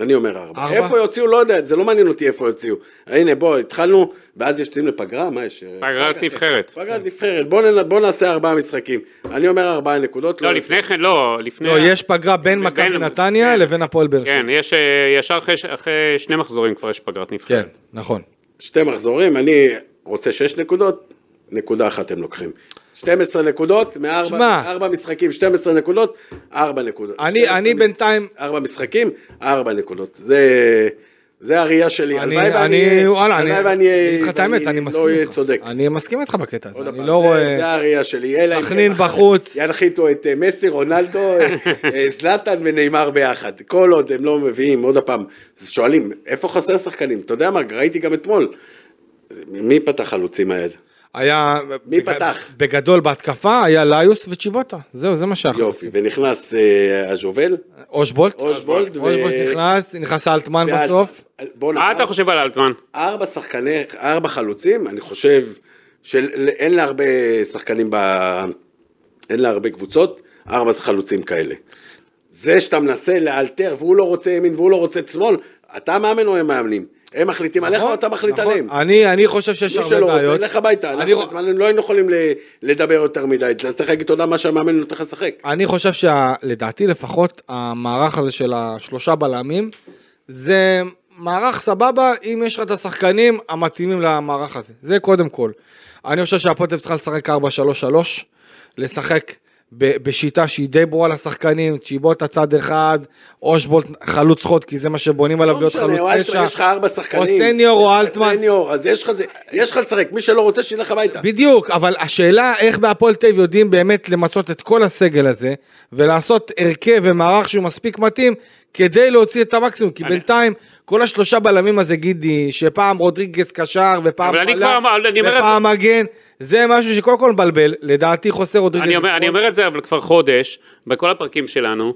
[SPEAKER 4] אני אומר ארבע.
[SPEAKER 2] ארבע?
[SPEAKER 4] איפה יוציאו, לא יודע, זה לא מעניין אותי איפה יוציאו. הנה, בוא, התחלנו, ואז יוצאים לפגרה, מה יש? אה,
[SPEAKER 3] פגרת נבחרת.
[SPEAKER 4] פגרת נבחרת, בוא נ- בוא נעשה ארבעה משחקים. אני אומר ארבעה נקודות.
[SPEAKER 3] לא, לפני כן, לא, לפני...
[SPEAKER 2] לא, יש פגרה בין מכבי נתניה
[SPEAKER 3] כן.
[SPEAKER 2] לבין הפועל באר שבע.
[SPEAKER 3] כן, יש אה, ישר אחרי ש- אחרי שני מחזורים כבר יש פגרת נבחרת.
[SPEAKER 2] כן, נכון.
[SPEAKER 4] שתי מחזורים, אני רוצה שש נקודות, נקודה אחת הם לוקחים. 12 נקודות, מארבע
[SPEAKER 2] שמע.
[SPEAKER 4] ארבע משחקים, 12 נקודות, ארבע נקודות.
[SPEAKER 2] אני-
[SPEAKER 4] 12
[SPEAKER 2] אני
[SPEAKER 4] מש-
[SPEAKER 2] בינתיים-
[SPEAKER 4] ארבע משחקים, ארבע נקודות. זה... זה הראייה שלי,
[SPEAKER 2] אני,
[SPEAKER 4] הלוואי ואני...
[SPEAKER 2] אני, וואלה, אני,
[SPEAKER 4] הלוואי
[SPEAKER 2] אני
[SPEAKER 4] ואני...
[SPEAKER 2] אגיד לך את האמת,
[SPEAKER 4] ואני
[SPEAKER 2] אני מסכים
[SPEAKER 4] לא אהיה
[SPEAKER 2] איתך.
[SPEAKER 4] צודק.
[SPEAKER 2] אני מסכים איתך בקטע
[SPEAKER 4] עוד
[SPEAKER 2] הזה, אני
[SPEAKER 4] הפעם,
[SPEAKER 2] לא
[SPEAKER 4] זה- זה
[SPEAKER 2] רואה...
[SPEAKER 4] הראייה שלי. אלא אם
[SPEAKER 2] סכנין
[SPEAKER 4] כן
[SPEAKER 2] בחוץ.
[SPEAKER 4] ינחיתו את אה, מסי, רונלדו, אה, זלאטן ונאמר ביחד. כל עוד הם לא מביאים, עוד פעם, שואלים, איפה חסר שחקנים? אתה יודע מה, ראיתי גם אתמול. מי פתח חלוצים היד?
[SPEAKER 2] היה...
[SPEAKER 4] מי
[SPEAKER 2] בג-
[SPEAKER 4] פתח?
[SPEAKER 2] בגדול בהתקפה היה ליוס וצ'יבוטה, זהו, זה מה שאנחנו
[SPEAKER 4] יופי,
[SPEAKER 2] רוצים.
[SPEAKER 4] ונכנס אה, הז'ובל,
[SPEAKER 2] אושבולט?
[SPEAKER 4] אושבולט ו...
[SPEAKER 2] אושבולט נכנס, נכנס אלטמן
[SPEAKER 4] ועל-
[SPEAKER 2] בסוף.
[SPEAKER 4] על- בוא
[SPEAKER 2] כן.
[SPEAKER 3] מה אה, אתה
[SPEAKER 4] נאמר,
[SPEAKER 3] חושב על אלטמן?
[SPEAKER 4] ארבע שחקני, ארבע חלוצים, אני חושב שאין לה הרבה שחקנים ב... אין לה הרבה קבוצות, ארבע חלוצים כאלה. זה שאתה מנסה לאלתר, והוא לא רוצה ימין והוא לא רוצה שמאל, אתה מאמן או הם מאמנים? הם מחליטים עליך או אתה מחליט
[SPEAKER 2] נכון.
[SPEAKER 4] עליהם?
[SPEAKER 2] אני, אני חושב שיש
[SPEAKER 4] מי
[SPEAKER 2] הרבה
[SPEAKER 4] שלא רוצה,
[SPEAKER 2] בעיות.
[SPEAKER 4] לך הביתה.
[SPEAKER 2] אני
[SPEAKER 4] אנחנו
[SPEAKER 2] רוא-
[SPEAKER 4] בזמן לא היינו יכולים ל- לדבר יותר מדי, אז צריך להגיד תודה מה שהמאמן נותן לך לשחק.
[SPEAKER 2] אני חושב שלדעתי לפחות המערך הזה של השלושה בלמים זה מערך סבבה אם יש לך את השחקנים המתאימים למערך הזה. זה קודם כל. אני חושב שהפוטב צריכה לשחק 4-3-3, לשחק ב- בשיטה שהיא די ברורה לשחקנים, צ'יבוט הצד אחד, אושבולט חלוץ חוד, כי זה מה שבונים עליו
[SPEAKER 4] לא
[SPEAKER 2] להיות
[SPEAKER 4] משנה,
[SPEAKER 2] חלוץ
[SPEAKER 4] או אלטמן,
[SPEAKER 2] תשע.
[SPEAKER 4] יש לך ארבע שחקנים.
[SPEAKER 2] או סניור או
[SPEAKER 4] יש לך
[SPEAKER 2] אלטמן.
[SPEAKER 4] סניור, אז יש לך זה, יש לך לשחק, מי שלא רוצה שילך הביתה.
[SPEAKER 2] בדיוק, אבל השאלה איך בהפועל תל אביב יודעים באמת למצות את כל הסגל הזה, ולעשות הרכב ומערך שהוא מספיק מתאים, כדי להוציא את המקסימום, כי
[SPEAKER 3] אני-
[SPEAKER 2] בינתיים כל השלושה בלמים הזה גידי, שפעם רודריגז קשר, ופעם
[SPEAKER 3] אבל אני
[SPEAKER 2] בלם,
[SPEAKER 3] כבר אמר- אני אומר את
[SPEAKER 2] ופעם מגן, זה משהו שקודם כל מבלבל, לדעתי חוסר רודריגז.
[SPEAKER 3] אני אומר, אני אומר את זה אבל כבר חודש, בכל הפרקים שלנו,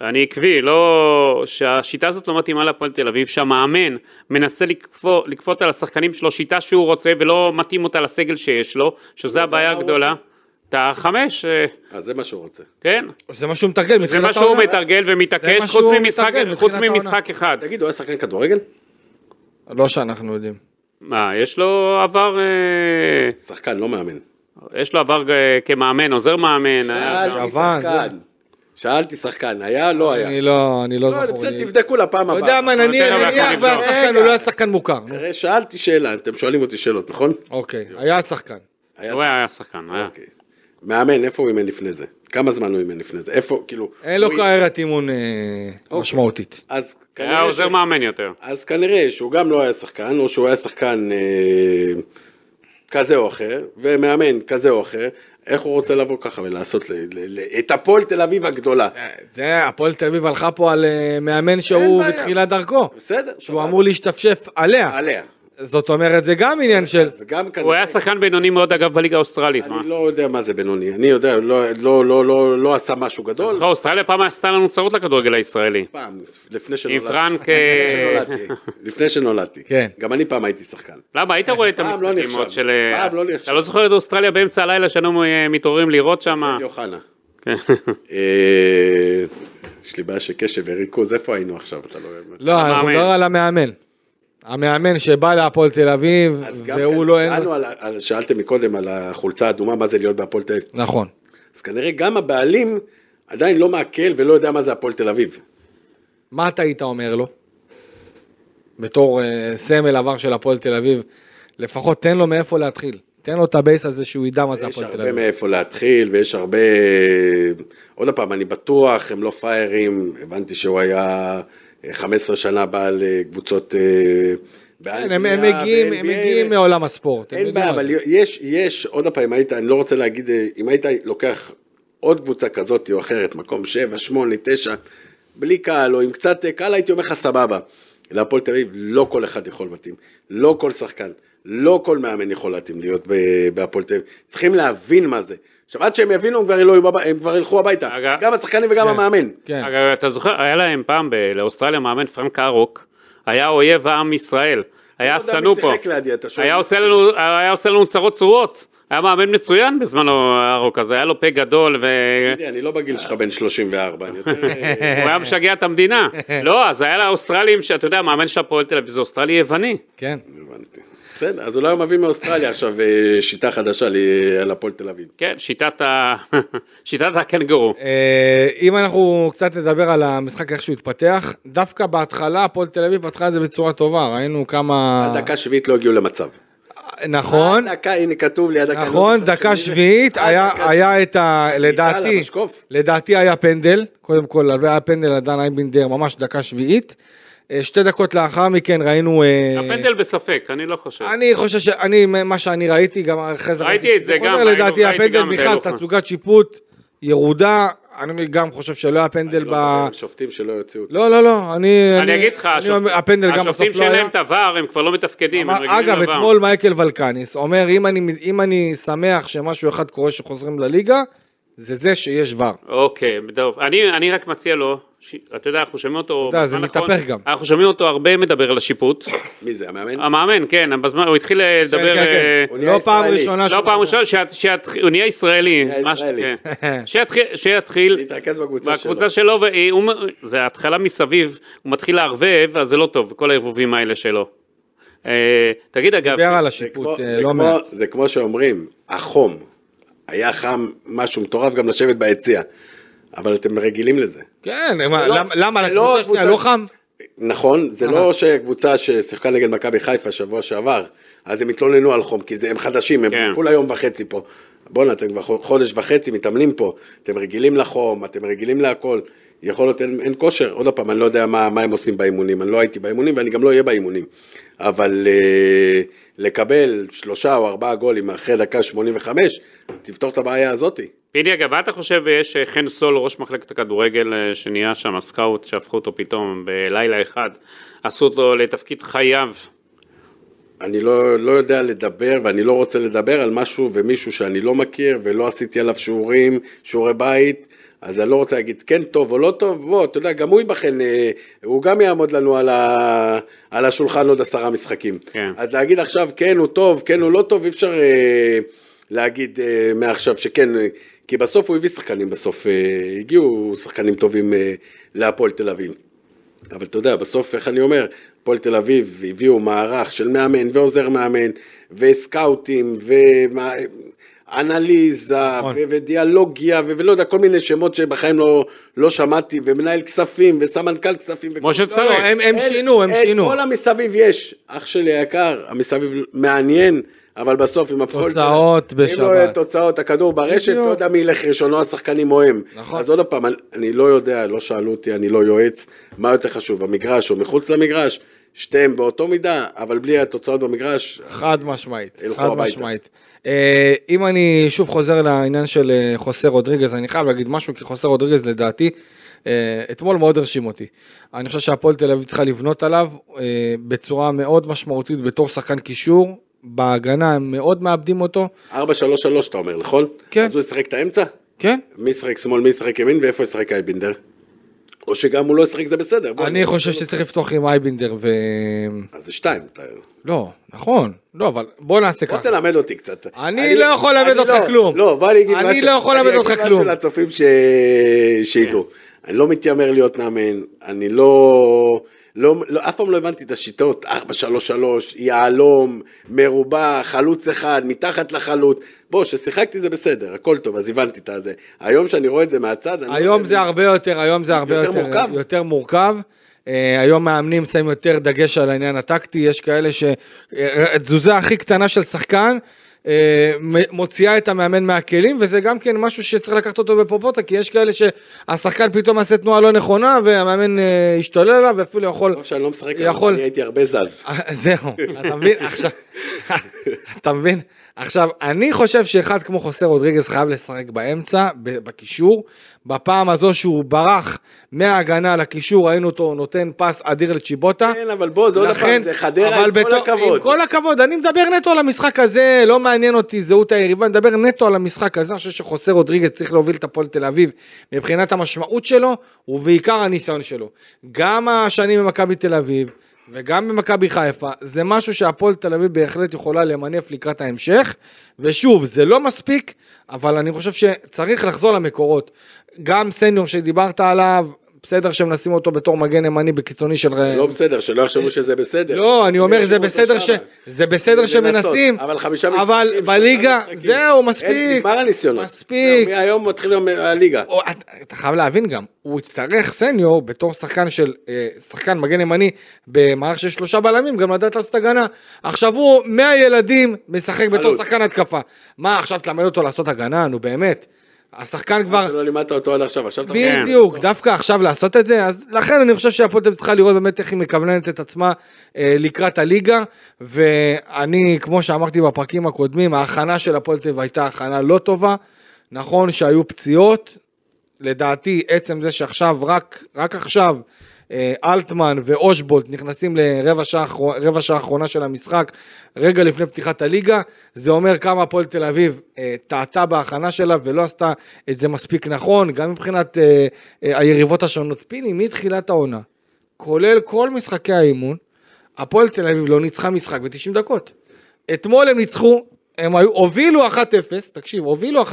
[SPEAKER 3] אני עקבי, לא... שהשיטה הזאת לא מתאימה להפועל תל אביב, שהמאמן מנסה לקפוא- לכפות על השחקנים שלו שיטה שהוא רוצה ולא מתאים אותה לסגל שיש לו, שזה הבעיה
[SPEAKER 4] מה הוא
[SPEAKER 3] הגדולה. אתה חמש, אה,
[SPEAKER 4] אז זה מה שהוא רוצה.
[SPEAKER 3] כן.
[SPEAKER 2] זה מה שהוא מתרגל
[SPEAKER 3] זה
[SPEAKER 2] מתחילת
[SPEAKER 3] מה שהוא
[SPEAKER 2] העונה.
[SPEAKER 3] מתרגל
[SPEAKER 2] זה
[SPEAKER 3] ומתעקש,
[SPEAKER 2] מה
[SPEAKER 3] חוץ
[SPEAKER 2] שהוא
[SPEAKER 3] ממשחק-
[SPEAKER 2] מתרגל
[SPEAKER 3] חוץ
[SPEAKER 2] בתחילת
[SPEAKER 3] ממשחק אחד.
[SPEAKER 4] תגיד, הוא היה שחקן כדורגל?
[SPEAKER 2] לא שאנחנו יודעים.
[SPEAKER 3] מה, יש לו עבר... אה,
[SPEAKER 4] שחקן, לא מאמן.
[SPEAKER 3] יש לו עבר אה, כמאמן, עוזר מאמן. היה גם-
[SPEAKER 4] שאלתי
[SPEAKER 2] גוון,
[SPEAKER 4] שחקן. שאלתי שחקן, היה, לא היה.
[SPEAKER 2] אני לא, אני לא
[SPEAKER 4] לא,
[SPEAKER 2] זכור
[SPEAKER 4] בסדר,
[SPEAKER 2] לי.
[SPEAKER 4] תבדקו לפעם
[SPEAKER 2] אתה
[SPEAKER 4] הבאה.
[SPEAKER 2] יודע מה, נניח
[SPEAKER 3] אנחנו
[SPEAKER 2] נניח
[SPEAKER 3] נבדוק.
[SPEAKER 2] והשחקן
[SPEAKER 4] רגע.
[SPEAKER 2] הוא לא היה שחקן מוכר. נו,
[SPEAKER 4] הרי שאלתי שאלה, אתם שואלים אותי שאלות, נכון?
[SPEAKER 2] אוקיי, היה שחקן.
[SPEAKER 4] היה
[SPEAKER 3] הוא היה שחקן, היה.
[SPEAKER 4] אוקיי. מאמן, איפה הוא אימן לפני זה? כמה זמן הוא אימן לפני זה? איפה, כאילו...
[SPEAKER 2] אין לו
[SPEAKER 4] הוא- אוקיי.
[SPEAKER 2] קריירת אימון אה, משמעותית.
[SPEAKER 4] אז
[SPEAKER 3] היה
[SPEAKER 4] כנראה
[SPEAKER 3] עוזר
[SPEAKER 4] ש-
[SPEAKER 3] מאמן יותר.
[SPEAKER 4] אז כנראה שהוא גם לא היה שחקן, או שהוא היה שחקן אה, כזה או אחר, ומאמן כזה או אחר, איך הוא רוצה לבוא ככה ולעשות ל, ל, ל, את הפועל תל אביב הגדולה.
[SPEAKER 2] זה, הפועל תל אביב הלכה פה על אה, מאמן שהוא
[SPEAKER 4] בעיה.
[SPEAKER 2] בתחילת דרכו,
[SPEAKER 4] בסדר,
[SPEAKER 2] שהוא אמור להשתפשף עליה.
[SPEAKER 4] עליה.
[SPEAKER 2] זאת אומרת, זה גם עניין של...
[SPEAKER 4] אז גם כנראה...
[SPEAKER 3] הוא היה שחקן בינוני מאוד אגב בליגה האוסטרלית, מה?
[SPEAKER 4] אני לא יודע מה זה בינוני, אני יודע, לא, לא, לא, לא, לא עשה משהו גדול.
[SPEAKER 3] זוכר, אוסטרליה פעם עשתה לנו צרות לכדורגל הישראלי.
[SPEAKER 4] פעם, לפני שנולדתי.
[SPEAKER 3] עם פרנק...
[SPEAKER 4] לפני
[SPEAKER 3] אה,
[SPEAKER 4] שנולדתי, לפני שנולדתי.
[SPEAKER 2] כן.
[SPEAKER 4] גם אני פעם הייתי שחקן.
[SPEAKER 3] למה, היית רואה את
[SPEAKER 4] פעם לא
[SPEAKER 3] המשחקים
[SPEAKER 4] נחשב.
[SPEAKER 3] עוד של... אה,
[SPEAKER 4] פעם לא נחשב.
[SPEAKER 3] אתה לא זוכר את אוסטרליה באמצע הלילה שהיינו אה, מתעוררים לראות שם?
[SPEAKER 4] יוחנה.
[SPEAKER 3] אה. כן.
[SPEAKER 4] אה, יש לי בעיה של קשב וריכוז, איפה היינו עכשיו? אתה לא...
[SPEAKER 2] לא, אנחנו
[SPEAKER 3] המאמן.
[SPEAKER 2] מדברים על המאמן. המאמן שבא להפועל תל אביב,
[SPEAKER 4] אז גם
[SPEAKER 2] והוא
[SPEAKER 4] כאן,
[SPEAKER 2] לא... אין לו-
[SPEAKER 4] שאלנו על, ה- על, שאלתם מקודם על החולצה האדומה, מה זה להיות בהפועל תל אביב.
[SPEAKER 2] נכון.
[SPEAKER 4] אז כנראה גם הבעלים עדיין לא מעכל ולא יודע מה זה הפועל תל אביב.
[SPEAKER 2] מה אתה היית אומר לו? בתור אה, סמל עבר של הפועל תל אביב, לפחות תן לו מאיפה להתחיל. תן לו את הבייס הזה שהוא ידע מה זה
[SPEAKER 4] יש
[SPEAKER 2] הפועל תל
[SPEAKER 4] הרבה
[SPEAKER 2] אביב.
[SPEAKER 4] מאיפה להתחיל, ויש הרבה... עוד פעם, אני בטוח, הם לא פראיירים, הבנתי שהוא היה אה, 15 שנה בעל אה, קבוצות... אה,
[SPEAKER 2] כן, הם הם
[SPEAKER 4] באנגליה
[SPEAKER 2] מגיעים- הם
[SPEAKER 4] ו-NBA.
[SPEAKER 2] מגיעים מעולם הספורט. הם
[SPEAKER 4] אין
[SPEAKER 2] יודעים
[SPEAKER 4] בעיה,
[SPEAKER 2] מה
[SPEAKER 4] אבל
[SPEAKER 2] זה.
[SPEAKER 4] יש, יש, עוד פעם, אם היית, אני לא רוצה להגיד, אה, אם היית לוקח עוד קבוצה כזאת או אחרת, מקום 7, 8, 9, בלי קהל, או עם קצת אה, קהל, הייתי אומר לך סבבה. להפועל תל אביב, לא כל אחד יכול מתאים, לא כל שחקן, לא כל מאמן יכול להתאים להיות ב- בהפועל תל אביב. צריכים להבין מה זה. עכשיו, עד שהם יבינו, הם כבר, לא יהיו בב... הם כבר ילכו הביתה.
[SPEAKER 3] אגב-
[SPEAKER 4] גם השחקנים וגם המאמן. לא
[SPEAKER 2] כן.
[SPEAKER 3] אגב, אתה זוכר, היה להם פעם ב- לאוסטרליה מאמן פרנק ארוק, היה אויב העם ישראל, היה
[SPEAKER 4] לא יודע מי
[SPEAKER 3] שנוא פה.
[SPEAKER 4] שיחק לידי, אתה שואל.
[SPEAKER 3] היה עושה לנו- היה עושה לנו צרות צרועות. היה מאמן מצוין בזמנו, ארוק, אז היה לו פה גדול, ו...
[SPEAKER 4] תגידי, אני לא בגיל שלך בן 34, אני יותר... אה,
[SPEAKER 3] הוא היה משגע את המדינה. לא, אז היה לאוסטרלים, שאתה יודע, מאמן של הפועל תל אביב זה אוסטרלי יווני.
[SPEAKER 2] כן.
[SPEAKER 4] הבנתי. בסדר, אז אולי הוא מביא מאוסטרליה עכשיו אה, שיטה חדשה ל- על הפועל תל אביב.
[SPEAKER 3] כן, שיטת ה... שיטת הקנגורו.
[SPEAKER 2] אה, אם אנחנו קצת נדבר על המשחק, איך שהוא התפתח, דווקא בהתחלה, הפועל תל אביב פתחה את זה בצורה טובה, ראינו כמה...
[SPEAKER 4] הדקה השביעית לא הגיעו למצב.
[SPEAKER 2] אה. נכון,
[SPEAKER 4] הדקה, הנה כתוב לי הדקה. לא
[SPEAKER 2] נכון, דקה שביעית,
[SPEAKER 4] אה,
[SPEAKER 2] היה- היה את ה...
[SPEAKER 4] עלה,
[SPEAKER 2] לדעתי,
[SPEAKER 4] משקוף.
[SPEAKER 2] לדעתי היה פנדל, קודם כל, היה פנדל לדן איינבינדר, ממש דקה שביעית. אה, שתי דקות לאחר מכן ראינו... אה,
[SPEAKER 3] הפנדל בספק, אני לא חושב.
[SPEAKER 2] אני חושב ש... אני, מה שאני ראיתי, גם אחרי זה...
[SPEAKER 3] ראיתי את זה
[SPEAKER 2] שזה
[SPEAKER 3] גם,
[SPEAKER 2] חוזר,
[SPEAKER 3] ראינו-
[SPEAKER 2] לדעתי
[SPEAKER 3] ראיתי
[SPEAKER 2] הפנדל
[SPEAKER 3] גם את
[SPEAKER 2] בכלל,
[SPEAKER 3] ההילוך.
[SPEAKER 2] תצוגת שיפוט, ירודה, אני גם חושב שלא היה פנדל
[SPEAKER 3] לא
[SPEAKER 2] ב...
[SPEAKER 4] לא, שופטים שלא יוציאו אותי.
[SPEAKER 2] לא, לא, לא, אני...
[SPEAKER 3] אני אגיד לך, השופ-
[SPEAKER 2] אומר, הפנדל גם
[SPEAKER 3] השופטים
[SPEAKER 2] בסוף לא
[SPEAKER 3] שאין
[SPEAKER 2] היה.
[SPEAKER 3] להם את הוואר, הם כבר לא מתפקדים, הם
[SPEAKER 2] אמר-
[SPEAKER 3] רגילים
[SPEAKER 2] אגב,
[SPEAKER 3] לוואר.
[SPEAKER 2] אתמול מייקל ולקניס אומר, אם אני- אם אני שמח שמשהו אחד קורה שחוזרים לליגה, זה זה שיש ור.
[SPEAKER 3] אוקיי, טוב. אני, אני רק מציע לו, ש... אתה יודע, אנחנו שומעים אותו...
[SPEAKER 2] אתה יודע, זה
[SPEAKER 3] בזמן האחרון-
[SPEAKER 2] מתהפך גם.
[SPEAKER 3] אנחנו שומעים אותו הרבה מדבר על השיפוט.
[SPEAKER 4] מי זה, המאמן?
[SPEAKER 2] אה,
[SPEAKER 3] המאמן, כן, בזמן, הוא התחיל אה, לדבר...
[SPEAKER 2] כן,
[SPEAKER 3] אה,
[SPEAKER 2] כן,
[SPEAKER 4] הוא
[SPEAKER 2] כן.
[SPEAKER 4] נהיה
[SPEAKER 2] לא פעם
[SPEAKER 4] ישראלי.
[SPEAKER 2] ראשונה...
[SPEAKER 3] לא
[SPEAKER 2] שהוא-
[SPEAKER 3] פעם ראשונה, שית- שית- הוא נהיה ישראלי.
[SPEAKER 4] נהיה
[SPEAKER 3] משהו-
[SPEAKER 4] ישראלי.
[SPEAKER 3] כן. שיתחיל- שיתחיל...
[SPEAKER 4] להתרכז בקבוצה שלו.
[SPEAKER 3] בקבוצה שלו, והוא, זה התחלה מסביב, הוא מתחיל לערבב, אז זה לא טוב, כל הערבובים האלה שלו. אה, תגיד אגב,
[SPEAKER 2] דיבר על
[SPEAKER 4] זה
[SPEAKER 2] השיפוט,
[SPEAKER 4] כמו-
[SPEAKER 2] אה,
[SPEAKER 4] זה
[SPEAKER 2] לא
[SPEAKER 4] כמו-
[SPEAKER 2] מעט.
[SPEAKER 4] זה כמו שאומרים, החום. היה חם משהו מטורף גם לשבת ביציע. אבל אתם רגילים לזה.
[SPEAKER 2] כן, מה,
[SPEAKER 4] לא-
[SPEAKER 2] למה- למה,
[SPEAKER 4] זה
[SPEAKER 2] לקבוצה
[SPEAKER 4] לא
[SPEAKER 2] השנייה
[SPEAKER 4] קבוצה
[SPEAKER 2] לא
[SPEAKER 4] ש-
[SPEAKER 2] חם?
[SPEAKER 4] נכון, זה לא שקבוצה ששיחקה נגד מכבי חיפה שבוע שעבר, אז הם התלוננו על חום, כי זה, הם חדשים, הם
[SPEAKER 3] כן.
[SPEAKER 4] כולה יום וחצי פה. בואנה, אתם כבר חו- חודש וחצי מתאמנים פה, אתם רגילים לחום, אתם רגילים להכל. יכול להיות אין, אין כושר, עוד פעם, אני לא יודע מה, מה הם עושים באימונים, אני לא הייתי באימונים ואני גם לא אהיה באימונים. אבל אה, לקבל שלושה או ארבעה גולים אחרי דקה 85, תפתור את הבעיה הזאתי.
[SPEAKER 3] פיני אגב, מה אתה חושב יש אה, חן סול, ראש מחלקת הכדורגל, אה, שנהיה שם הסקאוט, שהפכו אותו פתאום בלילה אחד, עשו אותו לתפקיד חייו.
[SPEAKER 2] לא,
[SPEAKER 4] אני לא, לא יודע לדבר ואני לא רוצה לדבר על משהו ומישהו שאני לא מכיר ולא עשיתי עליו שיעורים, שיעורי בית, אז אני לא רוצה להגיד כן טוב או לא טוב, בוא, אתה יודע, גם הוא ייבחן, אה, הוא גם יעמוד לנו על, ה, על השולחן עוד עשרה משחקים.
[SPEAKER 3] כן.
[SPEAKER 4] אז להגיד עכשיו כן הוא טוב, כן הוא לא טוב, אי אפשר אה, להגיד אה, מעכשיו שכן, אה, כי בסוף הוא הביא שחקנים, בסוף אה, הגיעו שחקנים טובים אה, להפועל תל אביב. אבל אתה יודע, בסוף, איך אני אומר, הפועל תל אביב הביאו מערך של מאמן ועוזר מאמן וסקאוטים ואנליזה
[SPEAKER 2] נכון.
[SPEAKER 4] ו- ודיאלוגיה ו- ולא יודע, כל מיני שמות שבחיים לא, לא שמעתי ומנהל כספים וסמנכ"ל כספים. וכל-
[SPEAKER 3] משה
[SPEAKER 4] לא,
[SPEAKER 3] צלוי.
[SPEAKER 2] לא, הם הם
[SPEAKER 4] אין-
[SPEAKER 2] שינו, הם
[SPEAKER 4] אין,
[SPEAKER 2] שינו.
[SPEAKER 4] כל המסביב יש. אח שלי היקר, המסביב מעניין, אבל בסוף עם הפועל...
[SPEAKER 2] תוצאות
[SPEAKER 4] תל אביב- אם לא
[SPEAKER 2] בשבת.
[SPEAKER 4] יהיה תוצאות, הכדור ברשת,
[SPEAKER 2] בדיוק.
[SPEAKER 4] לא יודע מי ילך ראשון, או השחקנים או הם.
[SPEAKER 2] נכון.
[SPEAKER 4] אז עוד פעם, אני- אני לא יודע, לא שאלו אותי, אני לא יועץ, מה יותר חשוב, המגרש או מחוץ למגרש? שתיהם באותו מידה, אבל בלי התוצאות במגרש,
[SPEAKER 2] חד משמעית,
[SPEAKER 4] ילכו
[SPEAKER 2] חד
[SPEAKER 4] הביתה.
[SPEAKER 2] משמעית. אה, אם אני שוב חוזר לעניין של אה, חוסה רודריגז, אני חייב להגיד משהו, כי חוסה רודריגז לדעתי, אה, אתמול מאוד הרשים אותי. אני חושב שהפועל תל אביב צריכה לבנות עליו אה, בצורה מאוד משמעותית בתור שחקן קישור, בהגנה הם מאוד מאבדים אותו,
[SPEAKER 4] 4-3-3 אתה אומר, נכון?
[SPEAKER 2] כן.
[SPEAKER 4] אז הוא ישחק את האמצע?
[SPEAKER 2] כן?
[SPEAKER 4] מי ישחק שמאל, מי ישחק ימין, ואיפה ישחק אייבינדר? או שגם הוא לא ישחק זה בסדר. בוא,
[SPEAKER 2] אני חושב שצריך לפתוח עם אייבינדר ו...
[SPEAKER 4] אז זה שתיים.
[SPEAKER 2] לא, נכון, לא, אבל בוא נעשה
[SPEAKER 4] בוא
[SPEAKER 2] ככה.
[SPEAKER 4] תלמד אותי קצת.
[SPEAKER 2] אני לא יכול ללמד
[SPEAKER 4] אני
[SPEAKER 2] אותך
[SPEAKER 4] לא-
[SPEAKER 2] כלום.
[SPEAKER 4] לא, בוא אני אגיד
[SPEAKER 2] אני
[SPEAKER 4] משהו.
[SPEAKER 2] לא יכול ללמד אותך
[SPEAKER 4] אני אגיד
[SPEAKER 2] כלום.
[SPEAKER 4] משהו לצופים ש- שידעו. אני לא מתיימר להיות מאמן, אני לא... לא, לא, אף פעם לא הבנתי את השיטות, 4-3-3, יהלום, מרובע, חלוץ אחד, מתחת לחלוץ. בוא, כששיחקתי זה בסדר, הכל טוב, אז הבנתי את הזה. היום שאני רואה את זה מהצד, אני... לא
[SPEAKER 2] היום
[SPEAKER 4] יודע,
[SPEAKER 2] זה הרבה יותר, היום זה הרבה
[SPEAKER 4] יותר
[SPEAKER 2] יותר
[SPEAKER 4] מורכב?
[SPEAKER 2] יותר מורכב. אה, היום מאמנים שמים יותר דגש על העניין הטקטי, יש כאלה שהתזוזה הכי קטנה של שחקן אה, מ- מוציאה את המאמן מהכלים, וזה גם כן משהו שצריך לקחת אותו בפרופורציה, כי יש כאלה שהשחקן פתאום עושה תנועה לא נכונה, והמאמן אה, ישתולל עליו, ואפילו יכול...
[SPEAKER 4] טוב שאני לא משחק,
[SPEAKER 2] יכול.
[SPEAKER 4] יכול. אני הייתי הרבה זז.
[SPEAKER 2] אה, זהו, אתה מבין? עכשיו, אתה מבין? עכשיו, אני חושב שאחד כמו חוסה רודריגז חייב לשחק באמצע, ב- בקישור. בפעם הזו שהוא ברח מההגנה לקישור, ראינו אותו נותן פס אדיר לצ'יבוטה.
[SPEAKER 4] כן, אבל בוא, זה עוד
[SPEAKER 2] לכן-
[SPEAKER 4] פעם, זה חדרה,
[SPEAKER 2] אבל
[SPEAKER 4] עם כל
[SPEAKER 2] בתור-
[SPEAKER 4] הכבוד.
[SPEAKER 2] עם כל הכבוד, אני מדבר נטו על המשחק הזה, לא מעניין אותי זהות היריבה, אני מדבר נטו על המשחק הזה, אני חושב שחוסה רודריגז צריך להוביל את הפועל תל אביב מבחינת המשמעות שלו, ובעיקר הניסיון שלו. גם השנים במכבי תל אביב, וגם במכבי חיפה, זה משהו שהפועל תל אביב בהחלט יכולה למנף לקראת ההמשך. ושוב, זה לא מספיק, אבל אני חושב שצריך לחזור למקורות. גם סניור שדיברת עליו, בסדר שמנסים אותו בתור מגן ימני בקיצוני של...
[SPEAKER 4] לא בסדר, שלא יחשבו שזה בסדר.
[SPEAKER 2] לא, אני אומר, זה
[SPEAKER 4] ישימו אותו
[SPEAKER 2] בסדר, ש...
[SPEAKER 4] שמה.
[SPEAKER 2] זה בסדר
[SPEAKER 4] לנסות,
[SPEAKER 2] שמנסים,
[SPEAKER 4] אבל חמישה משחקים,
[SPEAKER 2] אבל
[SPEAKER 4] שלושה
[SPEAKER 2] בליגה,
[SPEAKER 4] משחקים.
[SPEAKER 2] זהו,
[SPEAKER 4] אין-
[SPEAKER 2] מספיק.
[SPEAKER 4] נגמר הניסיונות.
[SPEAKER 2] מספיק.
[SPEAKER 4] זהו, מהיום מתחיל יום הליגה.
[SPEAKER 2] או, אתה, אתה חייב להבין גם, הוא יצטרך סניור בתור שחקן של, אה, שחקן מגן ימני במערך של שלושה בלמים, גם לדעת לעשות הגנה. עכשיו הוא, 100 ילדים, משחק בתור
[SPEAKER 4] חלוץ.
[SPEAKER 2] שחקן התקפה. מה, עכשיו תלמד אותו לעשות הגנה? נו באמת. השחקן
[SPEAKER 4] כבר...
[SPEAKER 2] כבר,
[SPEAKER 4] שלא לימדת אותו עד עכשיו, עכשיו אתה...
[SPEAKER 3] כן.
[SPEAKER 2] בדיוק, דווקא עכשיו לעשות את זה, אז לכן אני חושב שהפועל תל אביב צריכה לראות באמת איך היא מכווננת את עצמה אה, לקראת הליגה, ואני, כמו שאמרתי בפרקים הקודמים, ההכנה של הפועל תל אביב הייתה הכנה לא טובה, נכון שהיו פציעות, לדעתי עצם זה שעכשיו, רק, רק עכשיו, אה, אלטמן ואושבולט נכנסים לרבע שעה, אחרו- רבע שעה האחרונה של המשחק, רגע לפני פתיחת הליגה, זה אומר כמה הפועל תל אביב אה, טעתה בהכנה שלה ולא עשתה את זה מספיק נכון, גם מבחינת אה, אה, היריבות השונות. פיני, מתחילת העונה, כולל כל משחקי האימון, הפועל תל אביב לא ניצחה משחק ב-90 דקות. אתמול הם ניצחו, הם היו, הובילו 1-0, תקשיב, הובילו 1-0,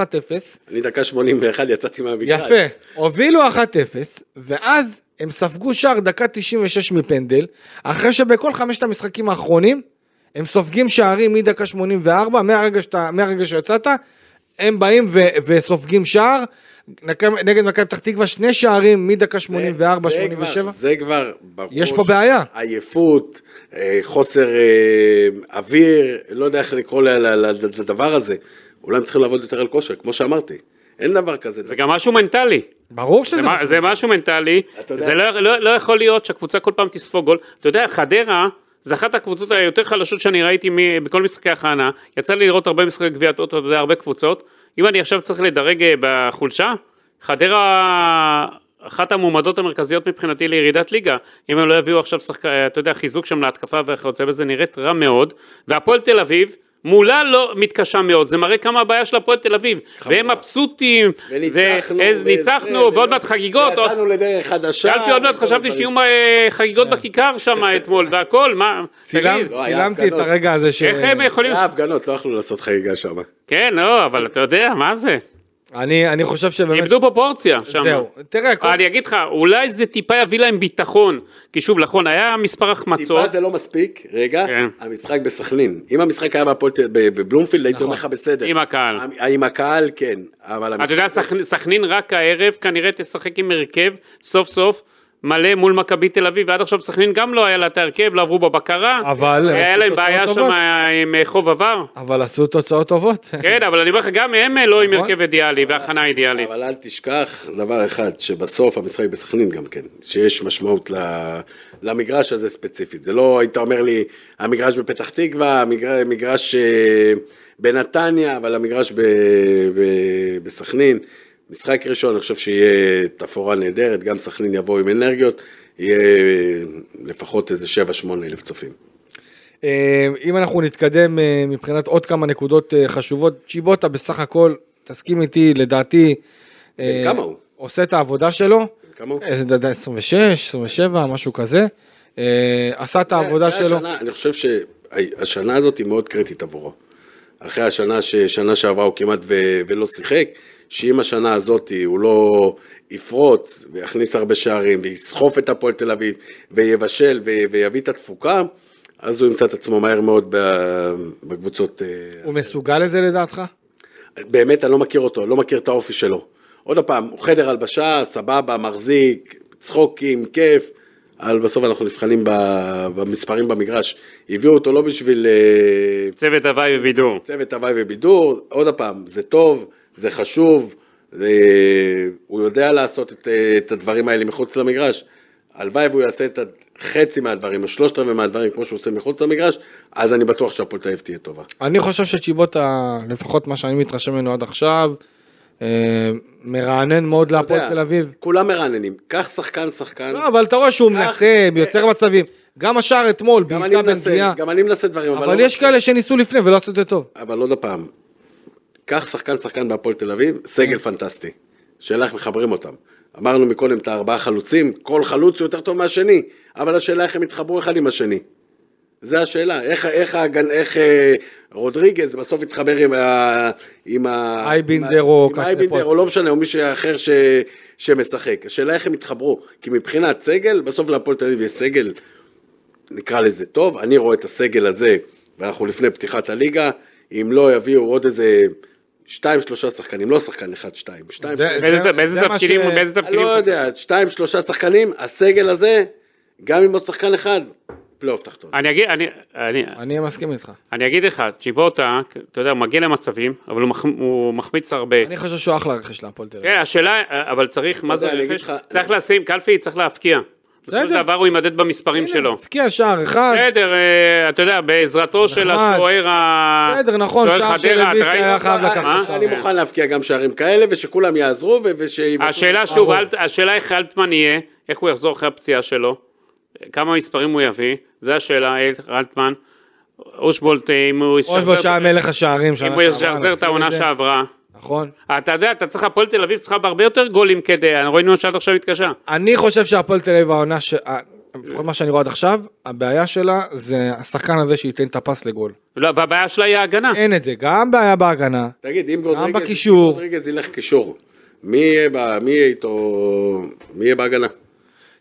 [SPEAKER 4] אני דקה 81 יצאתי מהמגרש.
[SPEAKER 2] יפה, הובילו 1-0, ואז הם ספגו שער דקה 96 מפנדל, אחרי שבכל חמשת המשחקים האחרונים, הם סופגים שערים מדקה 84, מהרגע, שאתה, מהרגע שיצאת, הם באים ו- וסופגים שער, נק- נגד מכבי פתח תקווה שני שערים מדקה 84,
[SPEAKER 4] זה
[SPEAKER 2] 87.
[SPEAKER 4] כבר- זה כבר בראש.
[SPEAKER 2] יש פה בעיה.
[SPEAKER 4] עייפות, אה, חוסר אה, אוויר, לא יודע איך לקרוא ל- ל- ל- לדבר הזה. אולי הם צריכים לעבוד יותר על כושר, כמו שאמרתי. אין דבר כזה.
[SPEAKER 3] זה גם משהו מנטלי.
[SPEAKER 2] ברור שזה...
[SPEAKER 3] זה, מה- זה משהו מנטלי,
[SPEAKER 4] אתה יודע-
[SPEAKER 3] זה לא, לא, לא יכול להיות שהקבוצה כל פעם תספוג גול. אתה יודע, חדרה זה אחת הקבוצות היותר חלשות שאני ראיתי מ- בכל משחקי הכנה, יצא לי לראות הרבה משחקי גביע טוטו, אתה יודע, הרבה קבוצות. אם אני עכשיו צריך לדרג אה, בחולשה, חדרה אחת המועמדות המרכזיות מבחינתי לירידת ליגה. אם הם לא יביאו עכשיו שחק... אה, אתה יודע, חיזוק שם להתקפה וכיוצא בזה, נראית רע מאוד. והפועל תל אביב, מולה לא מתקשה מאוד, זה מראה כמה הבעיה של הפועל תל אביב, והם מבסוטים,
[SPEAKER 4] וניצחנו,
[SPEAKER 3] ואז
[SPEAKER 4] וזה,
[SPEAKER 3] ניצחנו, ועוד
[SPEAKER 4] ולא-
[SPEAKER 3] מעט חגיגות. עוד-
[SPEAKER 4] ויצאנו לדרך חדשה.
[SPEAKER 3] שאלתי עוד מעט,
[SPEAKER 4] וכל
[SPEAKER 3] חשבתי
[SPEAKER 4] הדברים. כן.
[SPEAKER 3] שיהיו אה, חגיגות בכיכר שם אתמול, והכל, מה,
[SPEAKER 2] צילמת- אה,
[SPEAKER 3] תגיד,
[SPEAKER 4] לא, היה
[SPEAKER 2] צילמתי את
[SPEAKER 4] הפגנות.
[SPEAKER 2] הרגע הזה ש...
[SPEAKER 3] איך הם יכולים...
[SPEAKER 4] היה הפגנות, לא יכלו לעשות חגיגה שם.
[SPEAKER 3] כן, לא, אבל אתה יודע, מה זה?
[SPEAKER 2] אני אני חושב שבאמת...
[SPEAKER 3] איבדו פרופורציה שם. אה,
[SPEAKER 2] זהו. תראה, כל-
[SPEAKER 3] אני אגיד לך, אולי זה טיפה יביא להם ביטחון, כי שוב, נכון, היה מספר החמצות,
[SPEAKER 4] טיפה זה לא מספיק, רגע,
[SPEAKER 3] כן.
[SPEAKER 4] המשחק בסכנין. אם המשחק היה בהפועל תל- ב- בבלומפילד, הייתי אומר לך בסדר.
[SPEAKER 3] נכון. עם הקהל.
[SPEAKER 4] עם- עם הקהל, כן. אבל
[SPEAKER 3] אתה יודע,
[SPEAKER 4] המשחק-
[SPEAKER 3] סכנ- סכנין רק הערב כנראה תשחק עם הרכב, סוף סוף. מלא מול מכבי תל אביב, ועד עכשיו סכנין גם לא היה לה את ההרכב, לא עברו בבקרה.
[SPEAKER 2] אבל-
[SPEAKER 3] היה להם בעיה
[SPEAKER 2] תוצאות
[SPEAKER 3] שם
[SPEAKER 2] טובות.
[SPEAKER 3] עם אה, חוב עבר.
[SPEAKER 2] אבל עשו תוצאות טובות.
[SPEAKER 3] כן, אבל אני אומר לך, גם הם לא עם
[SPEAKER 2] נכון.
[SPEAKER 3] הרכב אידיאלי והכנה אידיאלית.
[SPEAKER 4] אבל אל תשכח דבר אחד, שבסוף המשחק בסכנין גם כן, שיש משמעות ל- למגרש הזה ספציפית. זה לא, היית אומר לי, המגרש בפתח תקווה, המגר- המגרש אה, בנתניה, אבל המגרש ב- ב- בסכנין. משחק ראשון, אני חושב שיהיה תפאורה נהדרת, גם סכנין יבואו עם אנרגיות, יהיה אה, לפחות איזה 7-8 אלף צופים.
[SPEAKER 2] אה, אם אנחנו נתקדם אה, מבחינת עוד כמה נקודות אה, חשובות, צ'יבוטה בסך הכל, תסכים איתי, לדעתי, אה,
[SPEAKER 4] כמה הוא?
[SPEAKER 2] עושה את העבודה שלו,
[SPEAKER 4] כמה הוא?
[SPEAKER 2] אה, אתה יודע, 26, 27, משהו כזה, אה, עשה את העבודה
[SPEAKER 4] זה
[SPEAKER 2] שלו,
[SPEAKER 4] השנה, אני חושב שהשנה הזאת היא מאוד קריטית עבורו. אחרי השנה ששנה שעברה הוא כמעט ו, ולא שיחק, שאם השנה הזאת הוא לא יפרוץ ויכניס הרבה שערים ויסחוף את הפועל תל אביב ויבשל ו, ויביא את התפוקה, אז הוא ימצא את עצמו מהר מאוד ב- בקבוצות... אה,
[SPEAKER 2] הוא מסוגל לזה לדעתך?
[SPEAKER 4] באמת, אני לא מכיר אותו, לא מכיר את האופי שלו. עוד פעם, הוא חדר הלבשה, סבבה, מחזיק, צחוקים, כיף, אבל בסוף אנחנו נבחנים ב- במספרים במגרש. הביאו אותו לא בשביל אה,
[SPEAKER 3] צוות הוואי ובידור.
[SPEAKER 4] צוות הוואי ובידור, עוד פעם, זה טוב, זה חשוב, זה... הוא יודע לעשות את, אה, את הדברים האלה מחוץ למגרש. הלוואי והוא יעשה את חצי מהדברים, או שלושת רבעי מהדברים, כמו שהוא עושה מחוץ למגרש, אז אני בטוח שהפועל תל אביב תהיה טובה.
[SPEAKER 2] אני חושב שצ'יבוטה, לפחות מה שאני מתרשם ממנו עד עכשיו, אה, מרענן מאוד להפועל
[SPEAKER 4] יודע,
[SPEAKER 2] תל אביב.
[SPEAKER 4] כולם מרעננים, קח שחקן שחקן.
[SPEAKER 2] לא, אבל אתה רואה שהוא מנסה, יוצר מצבים. גם השער אתמול,
[SPEAKER 4] אה, גם אני
[SPEAKER 2] בעיטה בנגיעה.
[SPEAKER 4] מנסה, גם אני מנסה דברים, אבל,
[SPEAKER 2] אבל
[SPEAKER 4] לא
[SPEAKER 2] יש כאלה שניסו לפני ולא עשו את זה טוב. כן.
[SPEAKER 4] אבל עוד פעם, קח שחקן שחקן בהפועל תל אביב, סגל פנטסטי. השאלה איך מחברים אותם. אמרנו מקודם את הארבעה חלוצים, כל חלוץ הוא יותר טוב מהשני, אבל השאלה איך הם יתחברו אחד עם השני. זה השאלה, איך, איך, איך, איך אה, רודריגז בסוף יתחבר עם ה... עם ה...
[SPEAKER 2] אייבינדר
[SPEAKER 4] עם ה-
[SPEAKER 2] או
[SPEAKER 4] עם אייבינדר,
[SPEAKER 2] קסטפוסטר.
[SPEAKER 4] או לא משנה, או מישהו אחר ש, שמשחק. השאלה איך הם יתחברו, כי מבחינת סגל, בסוף להפועל תל אביב יש סגל, נקרא לזה טוב, אני רואה את הסגל הזה, ואנחנו לפני פתיחת הליגה, אם לא יביאו עוד איזה שתיים, שלושה שחקנים, לא שחקן אחד, שתיים, שתיים,
[SPEAKER 2] זה-
[SPEAKER 4] שלושה-
[SPEAKER 3] באיזה-
[SPEAKER 2] זה
[SPEAKER 3] באיזה
[SPEAKER 2] מה
[SPEAKER 3] תפקידים,
[SPEAKER 2] ש-
[SPEAKER 3] באיזה
[SPEAKER 4] אני
[SPEAKER 3] תפקידים?
[SPEAKER 4] לא יודע, שתיים, שלושה שחקנים, הסגל הזה, גם אם עוד שחקן אחד, פלייאוף תחתון.
[SPEAKER 3] אני אגיד, אני, אני,
[SPEAKER 2] אני מסכים איתך.
[SPEAKER 3] אני אגיד לך, צ'יבוטה, אתה יודע, הוא מגיע למצבים, אבל הוא, מח, הוא מחמיץ הרבה.
[SPEAKER 2] אני חושב שהוא אחלה רכש להפועל תל אביב.
[SPEAKER 3] כן, השאלה, אבל צריך, מה זה
[SPEAKER 4] יודע, אני
[SPEAKER 3] רכש?
[SPEAKER 4] אגיד לך-
[SPEAKER 3] צריך לשים, קלפי צריך להפקיע. בסופו של
[SPEAKER 2] בסדר.
[SPEAKER 3] דבר הוא יימדד במספרים כן, שלו.
[SPEAKER 2] הבקיע שער אחד,
[SPEAKER 3] בסדר, אה, אתה יודע, בעזרתו של
[SPEAKER 2] נחמד.
[SPEAKER 3] השוער ה...
[SPEAKER 2] בסדר, נכון,
[SPEAKER 3] שוער
[SPEAKER 2] שער של
[SPEAKER 3] חדרה,
[SPEAKER 2] לויט
[SPEAKER 3] אתה ראית?
[SPEAKER 2] היה חייב לקחת
[SPEAKER 3] אה?
[SPEAKER 2] לשם.
[SPEAKER 4] אני מוכן להבקיע גם שערים כאלה, ושכולם יעזרו, ו- וש...
[SPEAKER 3] השאלה שוב, אל- השאלה איך אלטמן יהיה, איך הוא יחזור אחרי הפציעה שלו, כמה מספרים הוא יביא, זו השאלה, אל- אלטמן. אושבולט, אה, אם הוא
[SPEAKER 2] אושבולט אה, שהיה
[SPEAKER 3] ישחזר-
[SPEAKER 2] מלך השערים
[SPEAKER 3] אם
[SPEAKER 2] שנה
[SPEAKER 3] הוא
[SPEAKER 2] שעברה,
[SPEAKER 3] ישחזר את
[SPEAKER 2] נזכיר
[SPEAKER 3] העונה
[SPEAKER 2] זה.
[SPEAKER 3] שעברה.
[SPEAKER 2] נכון.
[SPEAKER 3] אתה יודע, אתה צריך, הפועל תל אביב צריכה בהרבה יותר גולים כדי, ראינו שעד עכשיו התקשה.
[SPEAKER 2] אני חושב שהפועל תל אביב העונה, ש- ה- לפחות מה שאני רואה עד עכשיו, הבעיה שלה זה השחקן הזה שייתן את הפס לגול.
[SPEAKER 3] לא, והבעיה שלה היא ההגנה.
[SPEAKER 2] אין את זה, גם בעיה בהגנה.
[SPEAKER 4] תגיד, אם גודריגז...
[SPEAKER 2] בקישור.
[SPEAKER 4] אם גודריגז ילך קישור. מי יהיה ב- מי יהיה איתו... מי יהיה בהגנה?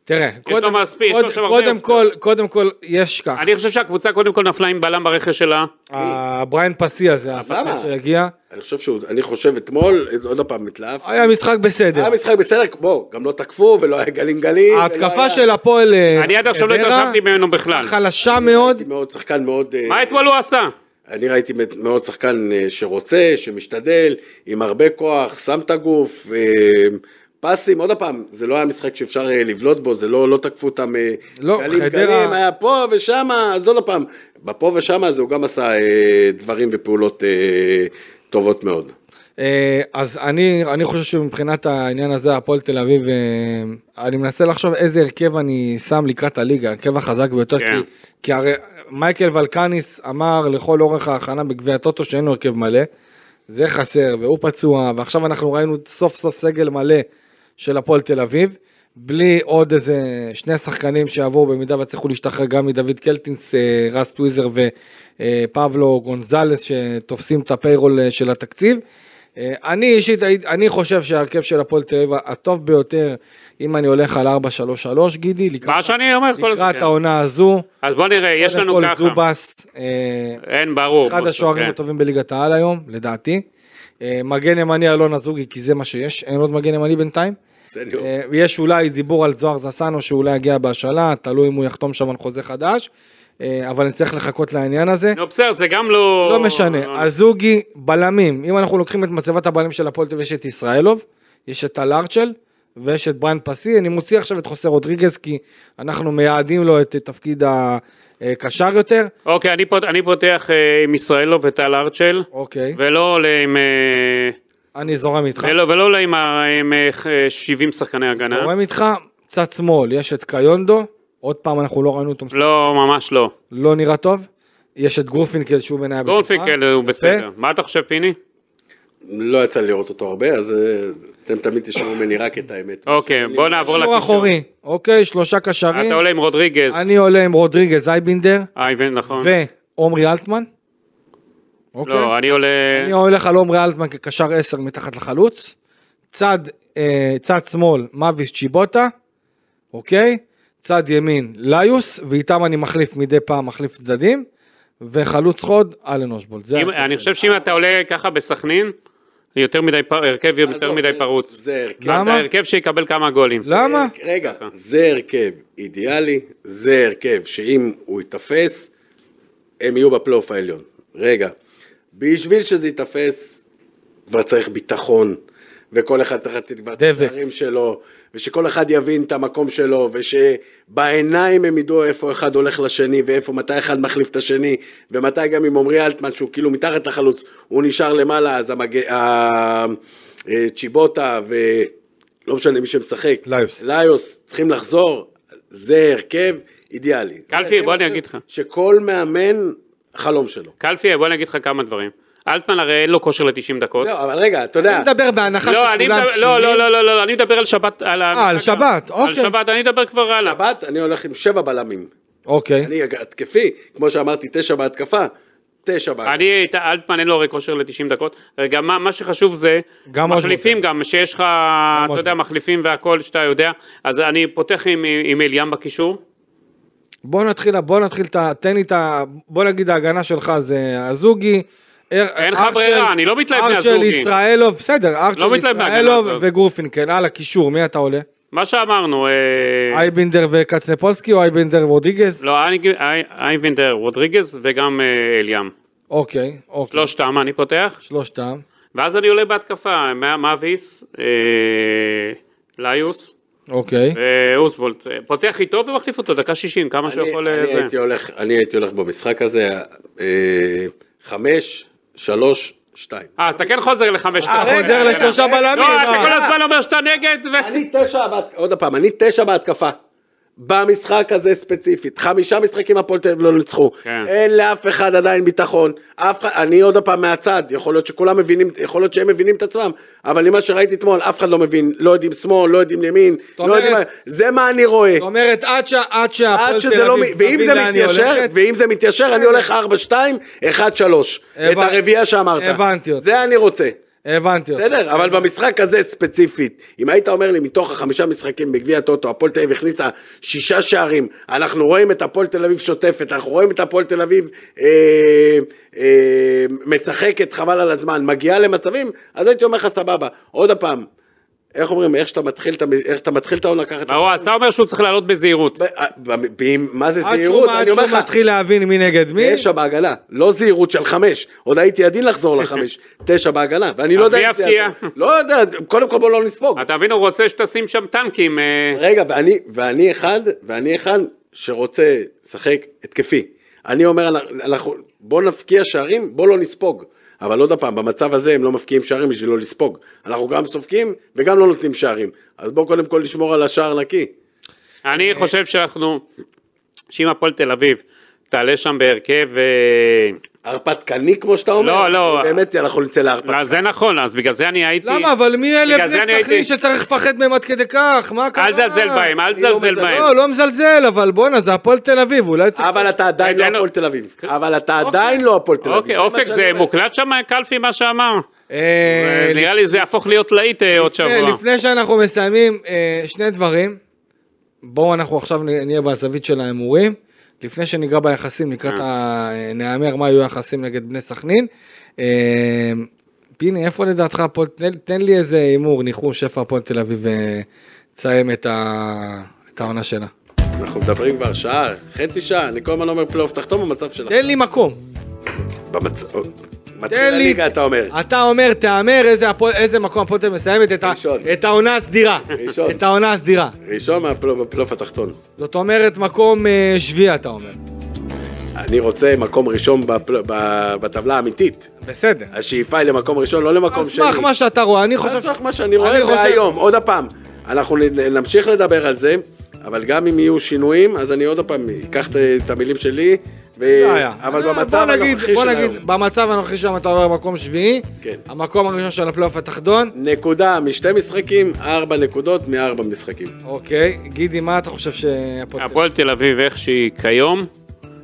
[SPEAKER 2] תראה, קודם-
[SPEAKER 3] לו מספיק, יש לו
[SPEAKER 2] קוד-
[SPEAKER 3] עכשיו הרבה
[SPEAKER 2] קודם כל,
[SPEAKER 3] אופציות.
[SPEAKER 2] קודם כל, יש כך,
[SPEAKER 3] אני חושב שהקבוצה קודם כל נפלה עם בלם ברכש שלה.
[SPEAKER 2] הבריין פסי הזה,
[SPEAKER 3] אה,
[SPEAKER 2] הפסי
[SPEAKER 4] למה?
[SPEAKER 2] שהגיע,
[SPEAKER 4] אני חושב שהוא... אני חושב אתמול, עוד פעם, התלהבתי.
[SPEAKER 2] היה משחק בסדר.
[SPEAKER 4] היה משחק בסדר, בוא, גם לא תקפו, ולא היה גלים גלים. ולא
[SPEAKER 2] ההתקפה
[SPEAKER 4] היה-
[SPEAKER 2] של הפועל אה,
[SPEAKER 3] אני עד עכשיו לא
[SPEAKER 2] חדרה
[SPEAKER 3] התרשמתי ממנו בכלל.
[SPEAKER 2] חלשה מאוד,
[SPEAKER 4] הייתי מאוד שחקן מאוד... אה,
[SPEAKER 3] מה אתמול הוא עשה?
[SPEAKER 4] אני ראיתי מאוד שחקן אה, שרוצה, שמשתדל, עם הרבה כוח, שם את הגוף, אה, פסים, עוד פעם, זה לא היה משחק שאפשר אה, לבלוט בו, זה לא, לא תקפו אותם אה,
[SPEAKER 2] לא,
[SPEAKER 4] גלים
[SPEAKER 2] חדרה-
[SPEAKER 4] גלים, היה פה ושמה, אז עוד פעם, בפה ושמה הזה הוא גם עשה אה, דברים ופעולות אה, טובות מאוד.
[SPEAKER 2] אה, אז אני, אני חושב שמבחינת העניין הזה, הפועל תל אביב, אה, אני מנסה לחשוב איזה הרכב אני שם לקראת הליגה, הרכב החזק ביותר,
[SPEAKER 3] כן.
[SPEAKER 2] כי, כי הרי מייקל ולקניס אמר לכל אורך ההכנה בגביע הטוטו שאין לו הרכב מלא, זה חסר, והוא פצוע, ועכשיו אנחנו ראינו סוף סוף סגל מלא של הפועל תל אביב, בלי עוד איזה שני שחקנים שיבואו במידה ויצליחו להשתחרר גם מדוד קלטינס, אה, רס טוויזר ופבלו גונזלס שתופסים את הפיירול אה, של התקציב. אה, אני אישית, הייתי- אני חושב שההרכב של הפועל תל אביב הטוב ביותר, אם אני הולך על 4-3-3 גידי,
[SPEAKER 3] מה
[SPEAKER 2] לקראת,
[SPEAKER 3] שאני אומר כל הזמן.
[SPEAKER 2] לקראת
[SPEAKER 3] כן.
[SPEAKER 2] העונה הזו,
[SPEAKER 3] אז בוא נראה, יש
[SPEAKER 2] קודם
[SPEAKER 3] לנו
[SPEAKER 2] כל
[SPEAKER 3] ככה.
[SPEAKER 2] זובס, אה,
[SPEAKER 3] אין, ברור.
[SPEAKER 2] אחד
[SPEAKER 3] בוסו,
[SPEAKER 2] השוערים
[SPEAKER 3] כן.
[SPEAKER 2] הטובים בליגת העל היום, לדעתי. אה, מגן ימני אלון אזוגי, כי זה מה שיש, אין עוד מגן ימני בינתיים.
[SPEAKER 4] סניור.
[SPEAKER 2] אה, יש אולי דיבור על זוהר זסנו שאולי יגיע בהשאלה, תלוי אם הוא יחתום שם על חוזה חדש, אה, אבל נצטרך לחכות לעניין הזה.
[SPEAKER 3] נו בסדר, זה גם לא...
[SPEAKER 2] לא משנה, אזוגי, בלמים, אם אנחנו לוקחים את מצבת הבלמים של הפועל תל אביב, יש את ישראלוב, יש את טל ארצ'ל ויש את בריין פסי, אני מוציא עכשיו את חוסר רודריגז, כי אנחנו מייעדים לו את אה, תפקיד הקשר יותר.
[SPEAKER 3] אוקיי, אני פות- אני פותח אה, עם ישראלוב וטל ארצ'ל,
[SPEAKER 2] אוקיי,
[SPEAKER 3] ולא עולה עם... אה,
[SPEAKER 2] אני זורם איתך.
[SPEAKER 3] ולא ולא עולה עם ה- עם, אה, אה, 70 שחקני הגנה.
[SPEAKER 2] זורם איתך, צד שמאל, יש את קיונדו, עוד פעם אנחנו לא ראינו אותו, משחק,
[SPEAKER 3] לא, ממש לא.
[SPEAKER 2] לא נראה טוב. יש את גרופינקל שהוא בעיניי בטוחה.
[SPEAKER 3] גורנפיקל הוא
[SPEAKER 2] אה, יפה.
[SPEAKER 3] בסדר. מה אתה חושב, פיני?
[SPEAKER 4] לא יצא לי לראות אותו הרבה, אז אה, אתם תמיד תשמעו ממני רק את האמת.
[SPEAKER 3] אוקיי, בוא נעבור
[SPEAKER 2] קישור
[SPEAKER 3] לקישור.
[SPEAKER 2] אחורי, אוקיי, שלושה קשרים.
[SPEAKER 3] אתה עולה עם רודריגז.
[SPEAKER 2] אני עולה עם רודריגז אייבינדר
[SPEAKER 3] אייבן, נכון.
[SPEAKER 2] ועומרי אלטמן. אוקיי.
[SPEAKER 3] לא, אני עולה...
[SPEAKER 2] אני הולך על עומרי אלטמן כקשר 10 מתחת לחלוץ. צד, אה, צד שמאל, מאביס צ'יבוטה, אוקיי? צד ימין, ליוס, ואיתם אני מחליף מדי פעם, מחליף צדדים. וחלוץ חוד, אלן אושבולט. זה
[SPEAKER 3] אם-
[SPEAKER 2] ההרכב
[SPEAKER 3] אני
[SPEAKER 2] שלי.
[SPEAKER 3] חושב שאם אתה עולה ככה בסכנין, יותר מדי פר- הרכב יותר
[SPEAKER 4] עזוב,
[SPEAKER 3] מדי
[SPEAKER 4] זה-
[SPEAKER 3] פרוץ.
[SPEAKER 4] זה הרכב.
[SPEAKER 2] למה?
[SPEAKER 3] אתה הרכב שיקבל כמה גולים.
[SPEAKER 2] למה?
[SPEAKER 4] רגע, זה הרכב אידיאלי, זה הרכב שאם הוא ייתפס, הם יהיו בפלייאוף העליון. רגע, בשביל שזה ייתפס, כבר צריך ביטחון, וכל אחד צריך לתת כבר את
[SPEAKER 2] דבק.
[SPEAKER 4] השערים שלו, ושכל אחד יבין את המקום שלו, ושבעיניים הם ידעו איפה אחד הולך לשני, ואיפה, מתי אחד מחליף את השני, ומתי גם עם עמרי אלטמן, שהוא כאילו מתחת לחלוץ, הוא נשאר למעלה, אז המג... ה- אה, צ'יבוטה ו... לא משנה מי שמשחק,
[SPEAKER 2] ליוס.
[SPEAKER 4] ליוס, צריכים לחזור, זה הרכב אידיאלי.
[SPEAKER 3] קלפי,
[SPEAKER 4] זה הרכב
[SPEAKER 3] בוא אני
[SPEAKER 4] ש-
[SPEAKER 3] אגיד לך.
[SPEAKER 4] שכל מאמן, חלום שלו.
[SPEAKER 3] קלפי, בוא אני אגיד לך כמה דברים. אלטמן הרי אין לו כושר ל-90 דקות.
[SPEAKER 4] זהו, אבל רגע, אתה יודע,
[SPEAKER 2] אני מדבר בהנחה
[SPEAKER 3] לא, אני
[SPEAKER 2] שכולם אה,
[SPEAKER 3] מדבר, לא, לא, לא, לא, לא, אני מדבר על שבת, על המשחק
[SPEAKER 2] על
[SPEAKER 3] ה-
[SPEAKER 2] שבת,
[SPEAKER 3] על
[SPEAKER 2] אוקיי.
[SPEAKER 3] שבת, אני מדבר כבר הלאה.
[SPEAKER 4] שבת אני הולך עם שבע בלמים.
[SPEAKER 2] אוקיי.
[SPEAKER 4] אני התקפי, כמו שאמרתי, תשע בהתקפה, תשע בהתקפה.
[SPEAKER 3] אני, את אלטמן אין לו הרי כושר ל-90 דקות. רגע, מה, מה שחשוב זה,
[SPEAKER 2] גם
[SPEAKER 3] מחליפים גם, שיש לך, אתה
[SPEAKER 2] אוזמן.
[SPEAKER 3] יודע, מחליפים והכל שאתה יודע. אז אני פותח עם, עם אליאם בקישור.
[SPEAKER 2] בוא נתחיל, בוא נתחיל, את ה- תן לי את ה... בוא נגיד ההגנה שלך זה הזוגי. אה,
[SPEAKER 3] אין לך ברירה, אני לא מתלהב
[SPEAKER 2] ארצ'ל
[SPEAKER 3] מהזוגי. לא
[SPEAKER 2] ישראלוב, בסדר, ארצ'ל
[SPEAKER 3] מתלהב מההגנה
[SPEAKER 2] ישראלוב
[SPEAKER 3] הזאת.
[SPEAKER 2] וגורפינקל, הלאה, קישור, מי אתה עולה?
[SPEAKER 3] מה שאמרנו, אה,
[SPEAKER 2] אייבינדר וקצנפולסקי או אייבינדר ורודריגז?
[SPEAKER 3] לא, אי- אי- אייבינדר רודריגז וגם אה, אליאם.
[SPEAKER 2] אוקיי, אוקיי,
[SPEAKER 3] שלושתם אני פותח,
[SPEAKER 2] שלושתם.
[SPEAKER 3] ואז אני עולה בהתקפה, מה- מאביס, אה, ליוס.
[SPEAKER 2] אוקיי,
[SPEAKER 3] אה, ואוסוולט פותח איתו ומחליף אותו דקה 60 כמה שהוא
[SPEAKER 4] אני-
[SPEAKER 3] יכול אה,
[SPEAKER 4] אני
[SPEAKER 3] לזה.
[SPEAKER 4] הייתי הולך- אני הייתי הולך במשחק הזה, אה, חמש, שלוש, שתיים.
[SPEAKER 3] אה, אתה כן חוזר לחמש.
[SPEAKER 4] אה,
[SPEAKER 3] אתה
[SPEAKER 4] רגע,
[SPEAKER 3] חוזר
[SPEAKER 2] חוזר
[SPEAKER 4] רגע,
[SPEAKER 2] לשלושה
[SPEAKER 4] רגע.
[SPEAKER 2] בלמים.
[SPEAKER 3] לא, אתה
[SPEAKER 2] אה.
[SPEAKER 3] כל הזמן אומר שאתה נגד ו...
[SPEAKER 4] אני תשע, בהת- עוד פעם, אני תשע בהתקפה. במשחק הזה ספציפית, חמישה משחקים הפועל תל אביב לא ניצחו,
[SPEAKER 3] כן.
[SPEAKER 4] אין לאף אחד עדיין ביטחון, אף אחד, אני עוד פעם מהצד, יכול להיות שכולם מבינים, יכול להיות שהם מבינים את עצמם, אבל ממה שראיתי אתמול, אף אחד לא מבין, לא יודעים שמאל, לא יודעים ימין, לא
[SPEAKER 2] אומרת-
[SPEAKER 4] יודעים, מה- זה מה אני רואה,
[SPEAKER 2] זאת אומרת, עד שה- עד שהפועל
[SPEAKER 4] עד
[SPEAKER 2] תל
[SPEAKER 4] שזה לא, מ-
[SPEAKER 2] אביב
[SPEAKER 4] ואם
[SPEAKER 2] תבין
[SPEAKER 4] זה
[SPEAKER 2] לאן היא
[SPEAKER 4] מתיישר,
[SPEAKER 2] הולכת,
[SPEAKER 4] ואם זה מתיישר, אני הולך 4-2, 1-3, את
[SPEAKER 2] הבנ-
[SPEAKER 4] הרביעייה שאמרת,
[SPEAKER 2] הבנתי אותך.
[SPEAKER 4] זה אני רוצה.
[SPEAKER 2] הבנתי אותך.
[SPEAKER 4] בסדר, אבל במשחק הזה ספציפית, אם היית אומר לי מתוך החמישה משחקים בגביע הטוטו, הפועל תל אביב הכניסה שישה שערים, אנחנו רואים את הפועל תל אביב שוטפת, אנחנו רואים את הפועל תל אביב אה, אה, משחקת חבל על הזמן, מגיעה למצבים, אז הייתי אומר לך סבבה. עוד פעם, איך אומרים, איך שאתה מתחיל, את המ- איך שאתה מתחיל את העונה ככה, אתה-
[SPEAKER 3] ברור, אז אתה אומר שהוא צריך לעלות בזהירות.
[SPEAKER 4] ב- ב- ב- מה זה
[SPEAKER 2] עד שהוא
[SPEAKER 4] זהירות,
[SPEAKER 2] עד
[SPEAKER 4] אני אומר
[SPEAKER 2] שהוא
[SPEAKER 4] לך,
[SPEAKER 2] מתחיל להבין מי נגד מי.
[SPEAKER 4] תשע בעגלה, לא זהירות של חמש, עוד הייתי עדין לחזור לחמש, תשע בעגלה, ואני לא
[SPEAKER 3] אז מי
[SPEAKER 4] יודע זה
[SPEAKER 3] יפקיע?
[SPEAKER 4] יעזור. לא יודע, קודם כל בוא לא נספוג.
[SPEAKER 3] אתה מבין, הוא רוצה שתשים שם טנקים. אה,
[SPEAKER 4] רגע, ואני, ואני אחד, ואני אחד שרוצה לשחק התקפי. אני אומר, אנחנו, בוא נפקיע שערים, בוא לא נספוג. אבל עוד פעם, במצב הזה הם לא מפקיעים שערים בשביל לא לספוג. אנחנו גם סופגים וגם לא נותנים שערים. אז בואו קודם כל נשמור על השער נקי.
[SPEAKER 3] אני חושב שאנחנו, שאם הפועל תל אביב תעלה שם בהרכב... אה,
[SPEAKER 4] הרפתקני כמו שאתה אומר?
[SPEAKER 3] לא, לא.
[SPEAKER 4] באמת אנחנו נצא
[SPEAKER 3] אז
[SPEAKER 4] להרפתקה.
[SPEAKER 3] זה נכון, אז בגלל זה אני הייתי...
[SPEAKER 2] למה? אבל מי אלה
[SPEAKER 3] בגלל זה אני
[SPEAKER 2] בני סכנין
[SPEAKER 3] הייתי-
[SPEAKER 2] שצריך לפחד מהם עד כדי כך? מה קרה?
[SPEAKER 3] אל תזלזל בהם, אל
[SPEAKER 4] אני לא
[SPEAKER 3] תזלזל
[SPEAKER 4] מזלזל.
[SPEAKER 3] בהם.
[SPEAKER 2] אה, לא, לא מזלזל, אבל בואנה, זה הפועל תל אביב, אולי צריך...
[SPEAKER 4] אבל אתה עדיין לא
[SPEAKER 3] עדיין לא.
[SPEAKER 4] הפועל תל אביב. אבל אתה עדיין לא הפועל תל אביב.
[SPEAKER 3] אוקיי,
[SPEAKER 4] מה
[SPEAKER 3] אופק,
[SPEAKER 4] שאני
[SPEAKER 3] זה
[SPEAKER 4] אומר.
[SPEAKER 3] מוקלט שם קלפי מה שאמר?
[SPEAKER 2] אה,
[SPEAKER 3] נראה לי זה יהפוך להיות להיט אה, עוד
[SPEAKER 2] לפני-
[SPEAKER 3] שבוע.
[SPEAKER 2] לפני שאנחנו מסיימים, אה, שני דברים. בואו אנחנו עכשיו נ- נהיה בזווית של ההימורים. לפני שניגע ביחסים, לקראת
[SPEAKER 4] כן.
[SPEAKER 3] אה.
[SPEAKER 2] ה... נהמר מה יהיו היחסים נגד בני סכנין. אה, פיני, איפה לדעתך הפועל... תן- תן לי איזה הימור, ניחוש, איפה הפועל תל אביב אה, תסיים את ה- את העונה שלה.
[SPEAKER 4] אנחנו מדברים כבר שעה, חצי שעה, אני כל הזמן אומר פלייאוף תחתום במצב שלך.
[SPEAKER 2] תן לי מקום.
[SPEAKER 4] במצב... מתחיל
[SPEAKER 2] תן לי-
[SPEAKER 4] הליגה אתה אומר.
[SPEAKER 2] אתה אומר, תהמר איזה, הפועל- איזה מקום הפועל תל אביב מסיימת את, ה-
[SPEAKER 4] ראשון.
[SPEAKER 2] את העונה הסדירה.
[SPEAKER 4] ראשון.
[SPEAKER 2] את העונה הסדירה.
[SPEAKER 4] ראשון מהפלו- בפלייאוף התחתון.
[SPEAKER 2] זאת אומרת, מקום אה, שביעי, אתה אומר.
[SPEAKER 4] אני רוצה מקום ראשון בפל- ב- בטבלה האמיתית.
[SPEAKER 2] בסדר.
[SPEAKER 4] השאיפה היא למקום ראשון, לא למקום
[SPEAKER 2] על
[SPEAKER 4] שני.
[SPEAKER 2] סמך מה שאתה רואה, אני
[SPEAKER 4] על
[SPEAKER 2] חושב...
[SPEAKER 4] סמך מה שאני
[SPEAKER 2] אני
[SPEAKER 4] רואה
[SPEAKER 2] חושב-
[SPEAKER 4] והיום. עוד פעם, אנחנו נ- נמשיך לדבר על זה, אבל גם אם יהיו שינויים, אז אני עוד פעם אקח את- את המילים שלי, ו-
[SPEAKER 2] לא היה.
[SPEAKER 4] אבל
[SPEAKER 2] אה,
[SPEAKER 4] במצב
[SPEAKER 2] בוא נגיד-
[SPEAKER 4] הנוכחי
[SPEAKER 2] בוא
[SPEAKER 4] של
[SPEAKER 2] נגיד,
[SPEAKER 4] היום.
[SPEAKER 2] במצב הנוכחי שם אתה עובר מקום שביעי,
[SPEAKER 4] כן.
[SPEAKER 2] המקום הראשון של הפלייאוף התחתון,
[SPEAKER 4] נקודה משתי משחקים, ארבע נקודות מארבע משחקים.
[SPEAKER 2] אוקיי, גידי, מה אתה חושב
[SPEAKER 3] אה,
[SPEAKER 2] שהפועל...
[SPEAKER 3] הפועל תל אביב איך שהיא כיום,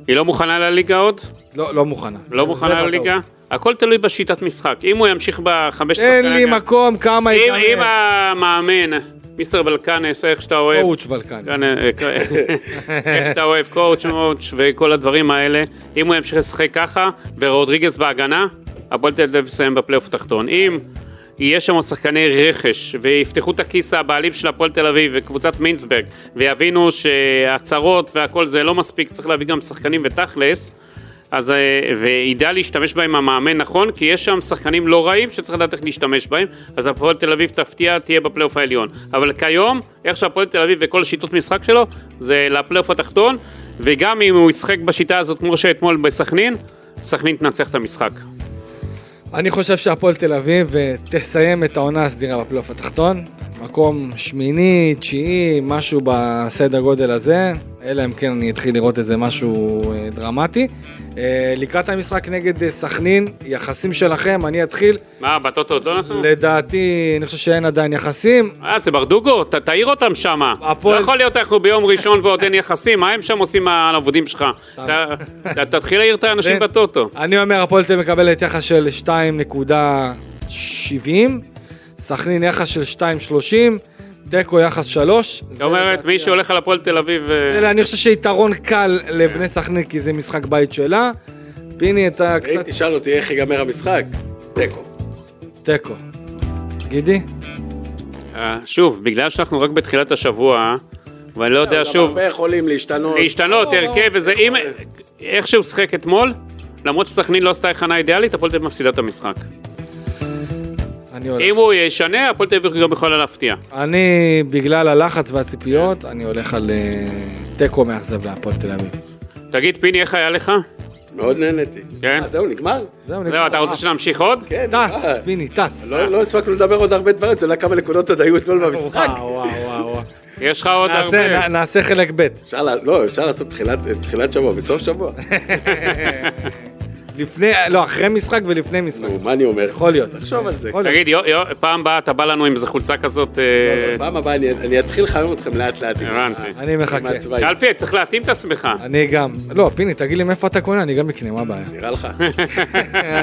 [SPEAKER 3] היא לא מוכנה לליגה עוד,
[SPEAKER 2] לא, לא מוכנה.
[SPEAKER 3] לא
[SPEAKER 2] זה
[SPEAKER 3] מוכנה
[SPEAKER 2] בטוח.
[SPEAKER 3] לליגה, הכל תלוי בשיטת משחק, אם הוא ימשיך בחמש...
[SPEAKER 2] אין
[SPEAKER 3] שחקני
[SPEAKER 2] לי
[SPEAKER 3] הגנה.
[SPEAKER 2] מקום כמה...
[SPEAKER 3] אוקיי, אם-
[SPEAKER 2] ייגמר.
[SPEAKER 3] אם המאמן, מיסטר בלקנס, איך שאתה אוהב,
[SPEAKER 2] קואוץ' ולקני.
[SPEAKER 3] כאן, אה, אה, איך שאתה אוהב, קואוץ' מואוץ' וכל הדברים האלה, אם הוא ימשיך לשחק ככה, ורודריגז בהגנה, הפועל תל אביב יסיים בפלייאוף התחתון. אם יהיה שם עוד שחקני רכש, ויפתחו את הכיס הבעלים של הפועל תל אביב וקבוצת מינסברג, ויבינו שהצהרות והכל זה לא מספיק, צריך להביא גם שחקנים ותכלס. אז אה, וידע להשתמש בהם המאמן נכון, כי יש שם שחקנים לא רעים שצריך לדעת איך להשתמש בהם, אז הפועל תל אביב תפתיע, תהיה בפלייאוף העליון. אבל כיום, איך שהפועל תל אביב וכל שיטות משחק שלו, זה לפלייאוף התחתון, וגם אם הוא ישחק בשיטה הזאת כמו שאתמול בסכנין, סכנין תנצח את המשחק.
[SPEAKER 2] אני חושב שהפועל תל אביב אה, תסיים את העונה הסדירה בפלייאוף התחתון. מקום שמיני, תשיעי, משהו בסדר גודל הזה. אה, אלא אם כן אני אתחיל לראות איזה משהו אה, דרמטי. אה, לקראת המשחק נגד אה, סכנין, יחסים שלכם, אני אתחיל.
[SPEAKER 3] מה, בטוטו עוד לא נתנו?
[SPEAKER 2] לדעתי, אני חושב שאין עדיין יחסים.
[SPEAKER 3] אה, זה ברדוגו, ת- תעיר אותם שמה.
[SPEAKER 2] הפועל-
[SPEAKER 3] לא יכול להיות אנחנו ביום ראשון ועוד אין יחסים, מה הם שם עושים העבודים שלך? אתה- אתה תתחיל להעיר את האנשים
[SPEAKER 2] זה-
[SPEAKER 3] בטוטו.
[SPEAKER 2] אני אומר, הפועל תל אביב מקבלת יחס של 2.70, סכנין יחס של 2.30, תיקו יחס 3.
[SPEAKER 3] זאת אומרת, מי שהולך על הפועל תל אביב... אה,
[SPEAKER 2] אלא אני חושב שיתרון קל לבני סכנין, כי זה משחק בית שלה. פיני, אתה
[SPEAKER 4] אם
[SPEAKER 2] קצת
[SPEAKER 4] תשאל אותי איך ייגמר המשחק, תיקו.
[SPEAKER 2] תיקו. גידי?
[SPEAKER 3] אה, שוב, בגלל שאנחנו רק בתחילת השבוע, ואני לא יודע,
[SPEAKER 4] גם
[SPEAKER 3] שוב,
[SPEAKER 4] הרבה יכולים להשתנות.
[SPEAKER 3] להשתנות, הרכב וזה, אם... איך שהוא משחק אתמול, למרות שסכנין לא עשתה הכנה אידיאלית, הפועל תל אביב מפסידה את המשחק.
[SPEAKER 2] אני הולך.
[SPEAKER 3] אם הוא ישנה, הפועל תל אביב גם יכולה להפתיע.
[SPEAKER 2] אני, בגלל הלחץ והציפיות, אני הולך על אה, תיקו מאכזב להפועל תל אביב.
[SPEAKER 3] תגיד, פיני, איך היה לך?
[SPEAKER 4] מאוד נהניתי.
[SPEAKER 3] כן.
[SPEAKER 4] אה, זהו, נגמר?
[SPEAKER 2] זהו,
[SPEAKER 3] לא, אתה רוצה שנמשיך עוד?
[SPEAKER 4] כן.
[SPEAKER 2] טס,
[SPEAKER 4] אה,
[SPEAKER 2] פיני, טס.
[SPEAKER 4] לא לא הספקנו לדבר עוד הרבה דברים, אתה יודע כמה נקודות עוד היו אתמול במשחק?
[SPEAKER 2] וואו, וואו, וואו. וואו.
[SPEAKER 3] יש לך עוד
[SPEAKER 2] נעשה-
[SPEAKER 3] הרבה.
[SPEAKER 2] נע- נעשה חלק ב'.
[SPEAKER 4] אפשר לע- לא, אפשר לעשות תחילת- תחילת שבוע וסוף שבוע.
[SPEAKER 2] לפני, לא, אחרי משחק ולפני משחק.
[SPEAKER 4] נו, מה אני אומר?
[SPEAKER 2] יכול להיות.
[SPEAKER 4] תחשוב על זה.
[SPEAKER 2] יכול להיות.
[SPEAKER 3] תגיד, יו- יו- פעם באה אתה בא לנו עם איזה חולצה כזאת... אה,
[SPEAKER 4] פעם הבאה אני- אני אתחיל לחמם אתכם לאט לאט. עם
[SPEAKER 3] הבנתי.
[SPEAKER 4] ה-
[SPEAKER 2] אני מחכה.
[SPEAKER 4] עם הצבעים.
[SPEAKER 3] קלפי, צריך להתאים את עצמך.
[SPEAKER 2] אני גם. לא, פיני, תגיד לי מאיפה אתה קונה, אני גם אקנה, מה הבעיה?
[SPEAKER 4] נראה לך?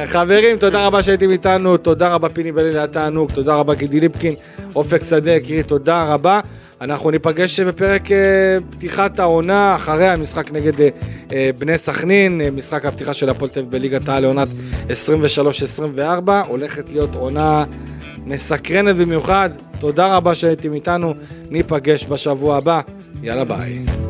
[SPEAKER 2] חברים, תודה רבה שהייתם איתנו, תודה רבה פיני בליל, היה תענוג, תודה רבה גידי ליפקין, אופק שדה, קירי, תודה רבה. אנחנו ניפגש בפרק אה, פתיחת העונה, אחרי המשחק נגד אה, אה, בני סכנין, אה, משחק הפתיחה של הפועל תל אביב בליגת העל לעונת 23-24, הולכת להיות עונה מסקרנת במיוחד. תודה רבה שהייתם איתנו, ניפגש בשבוע הבא, יאללה ביי.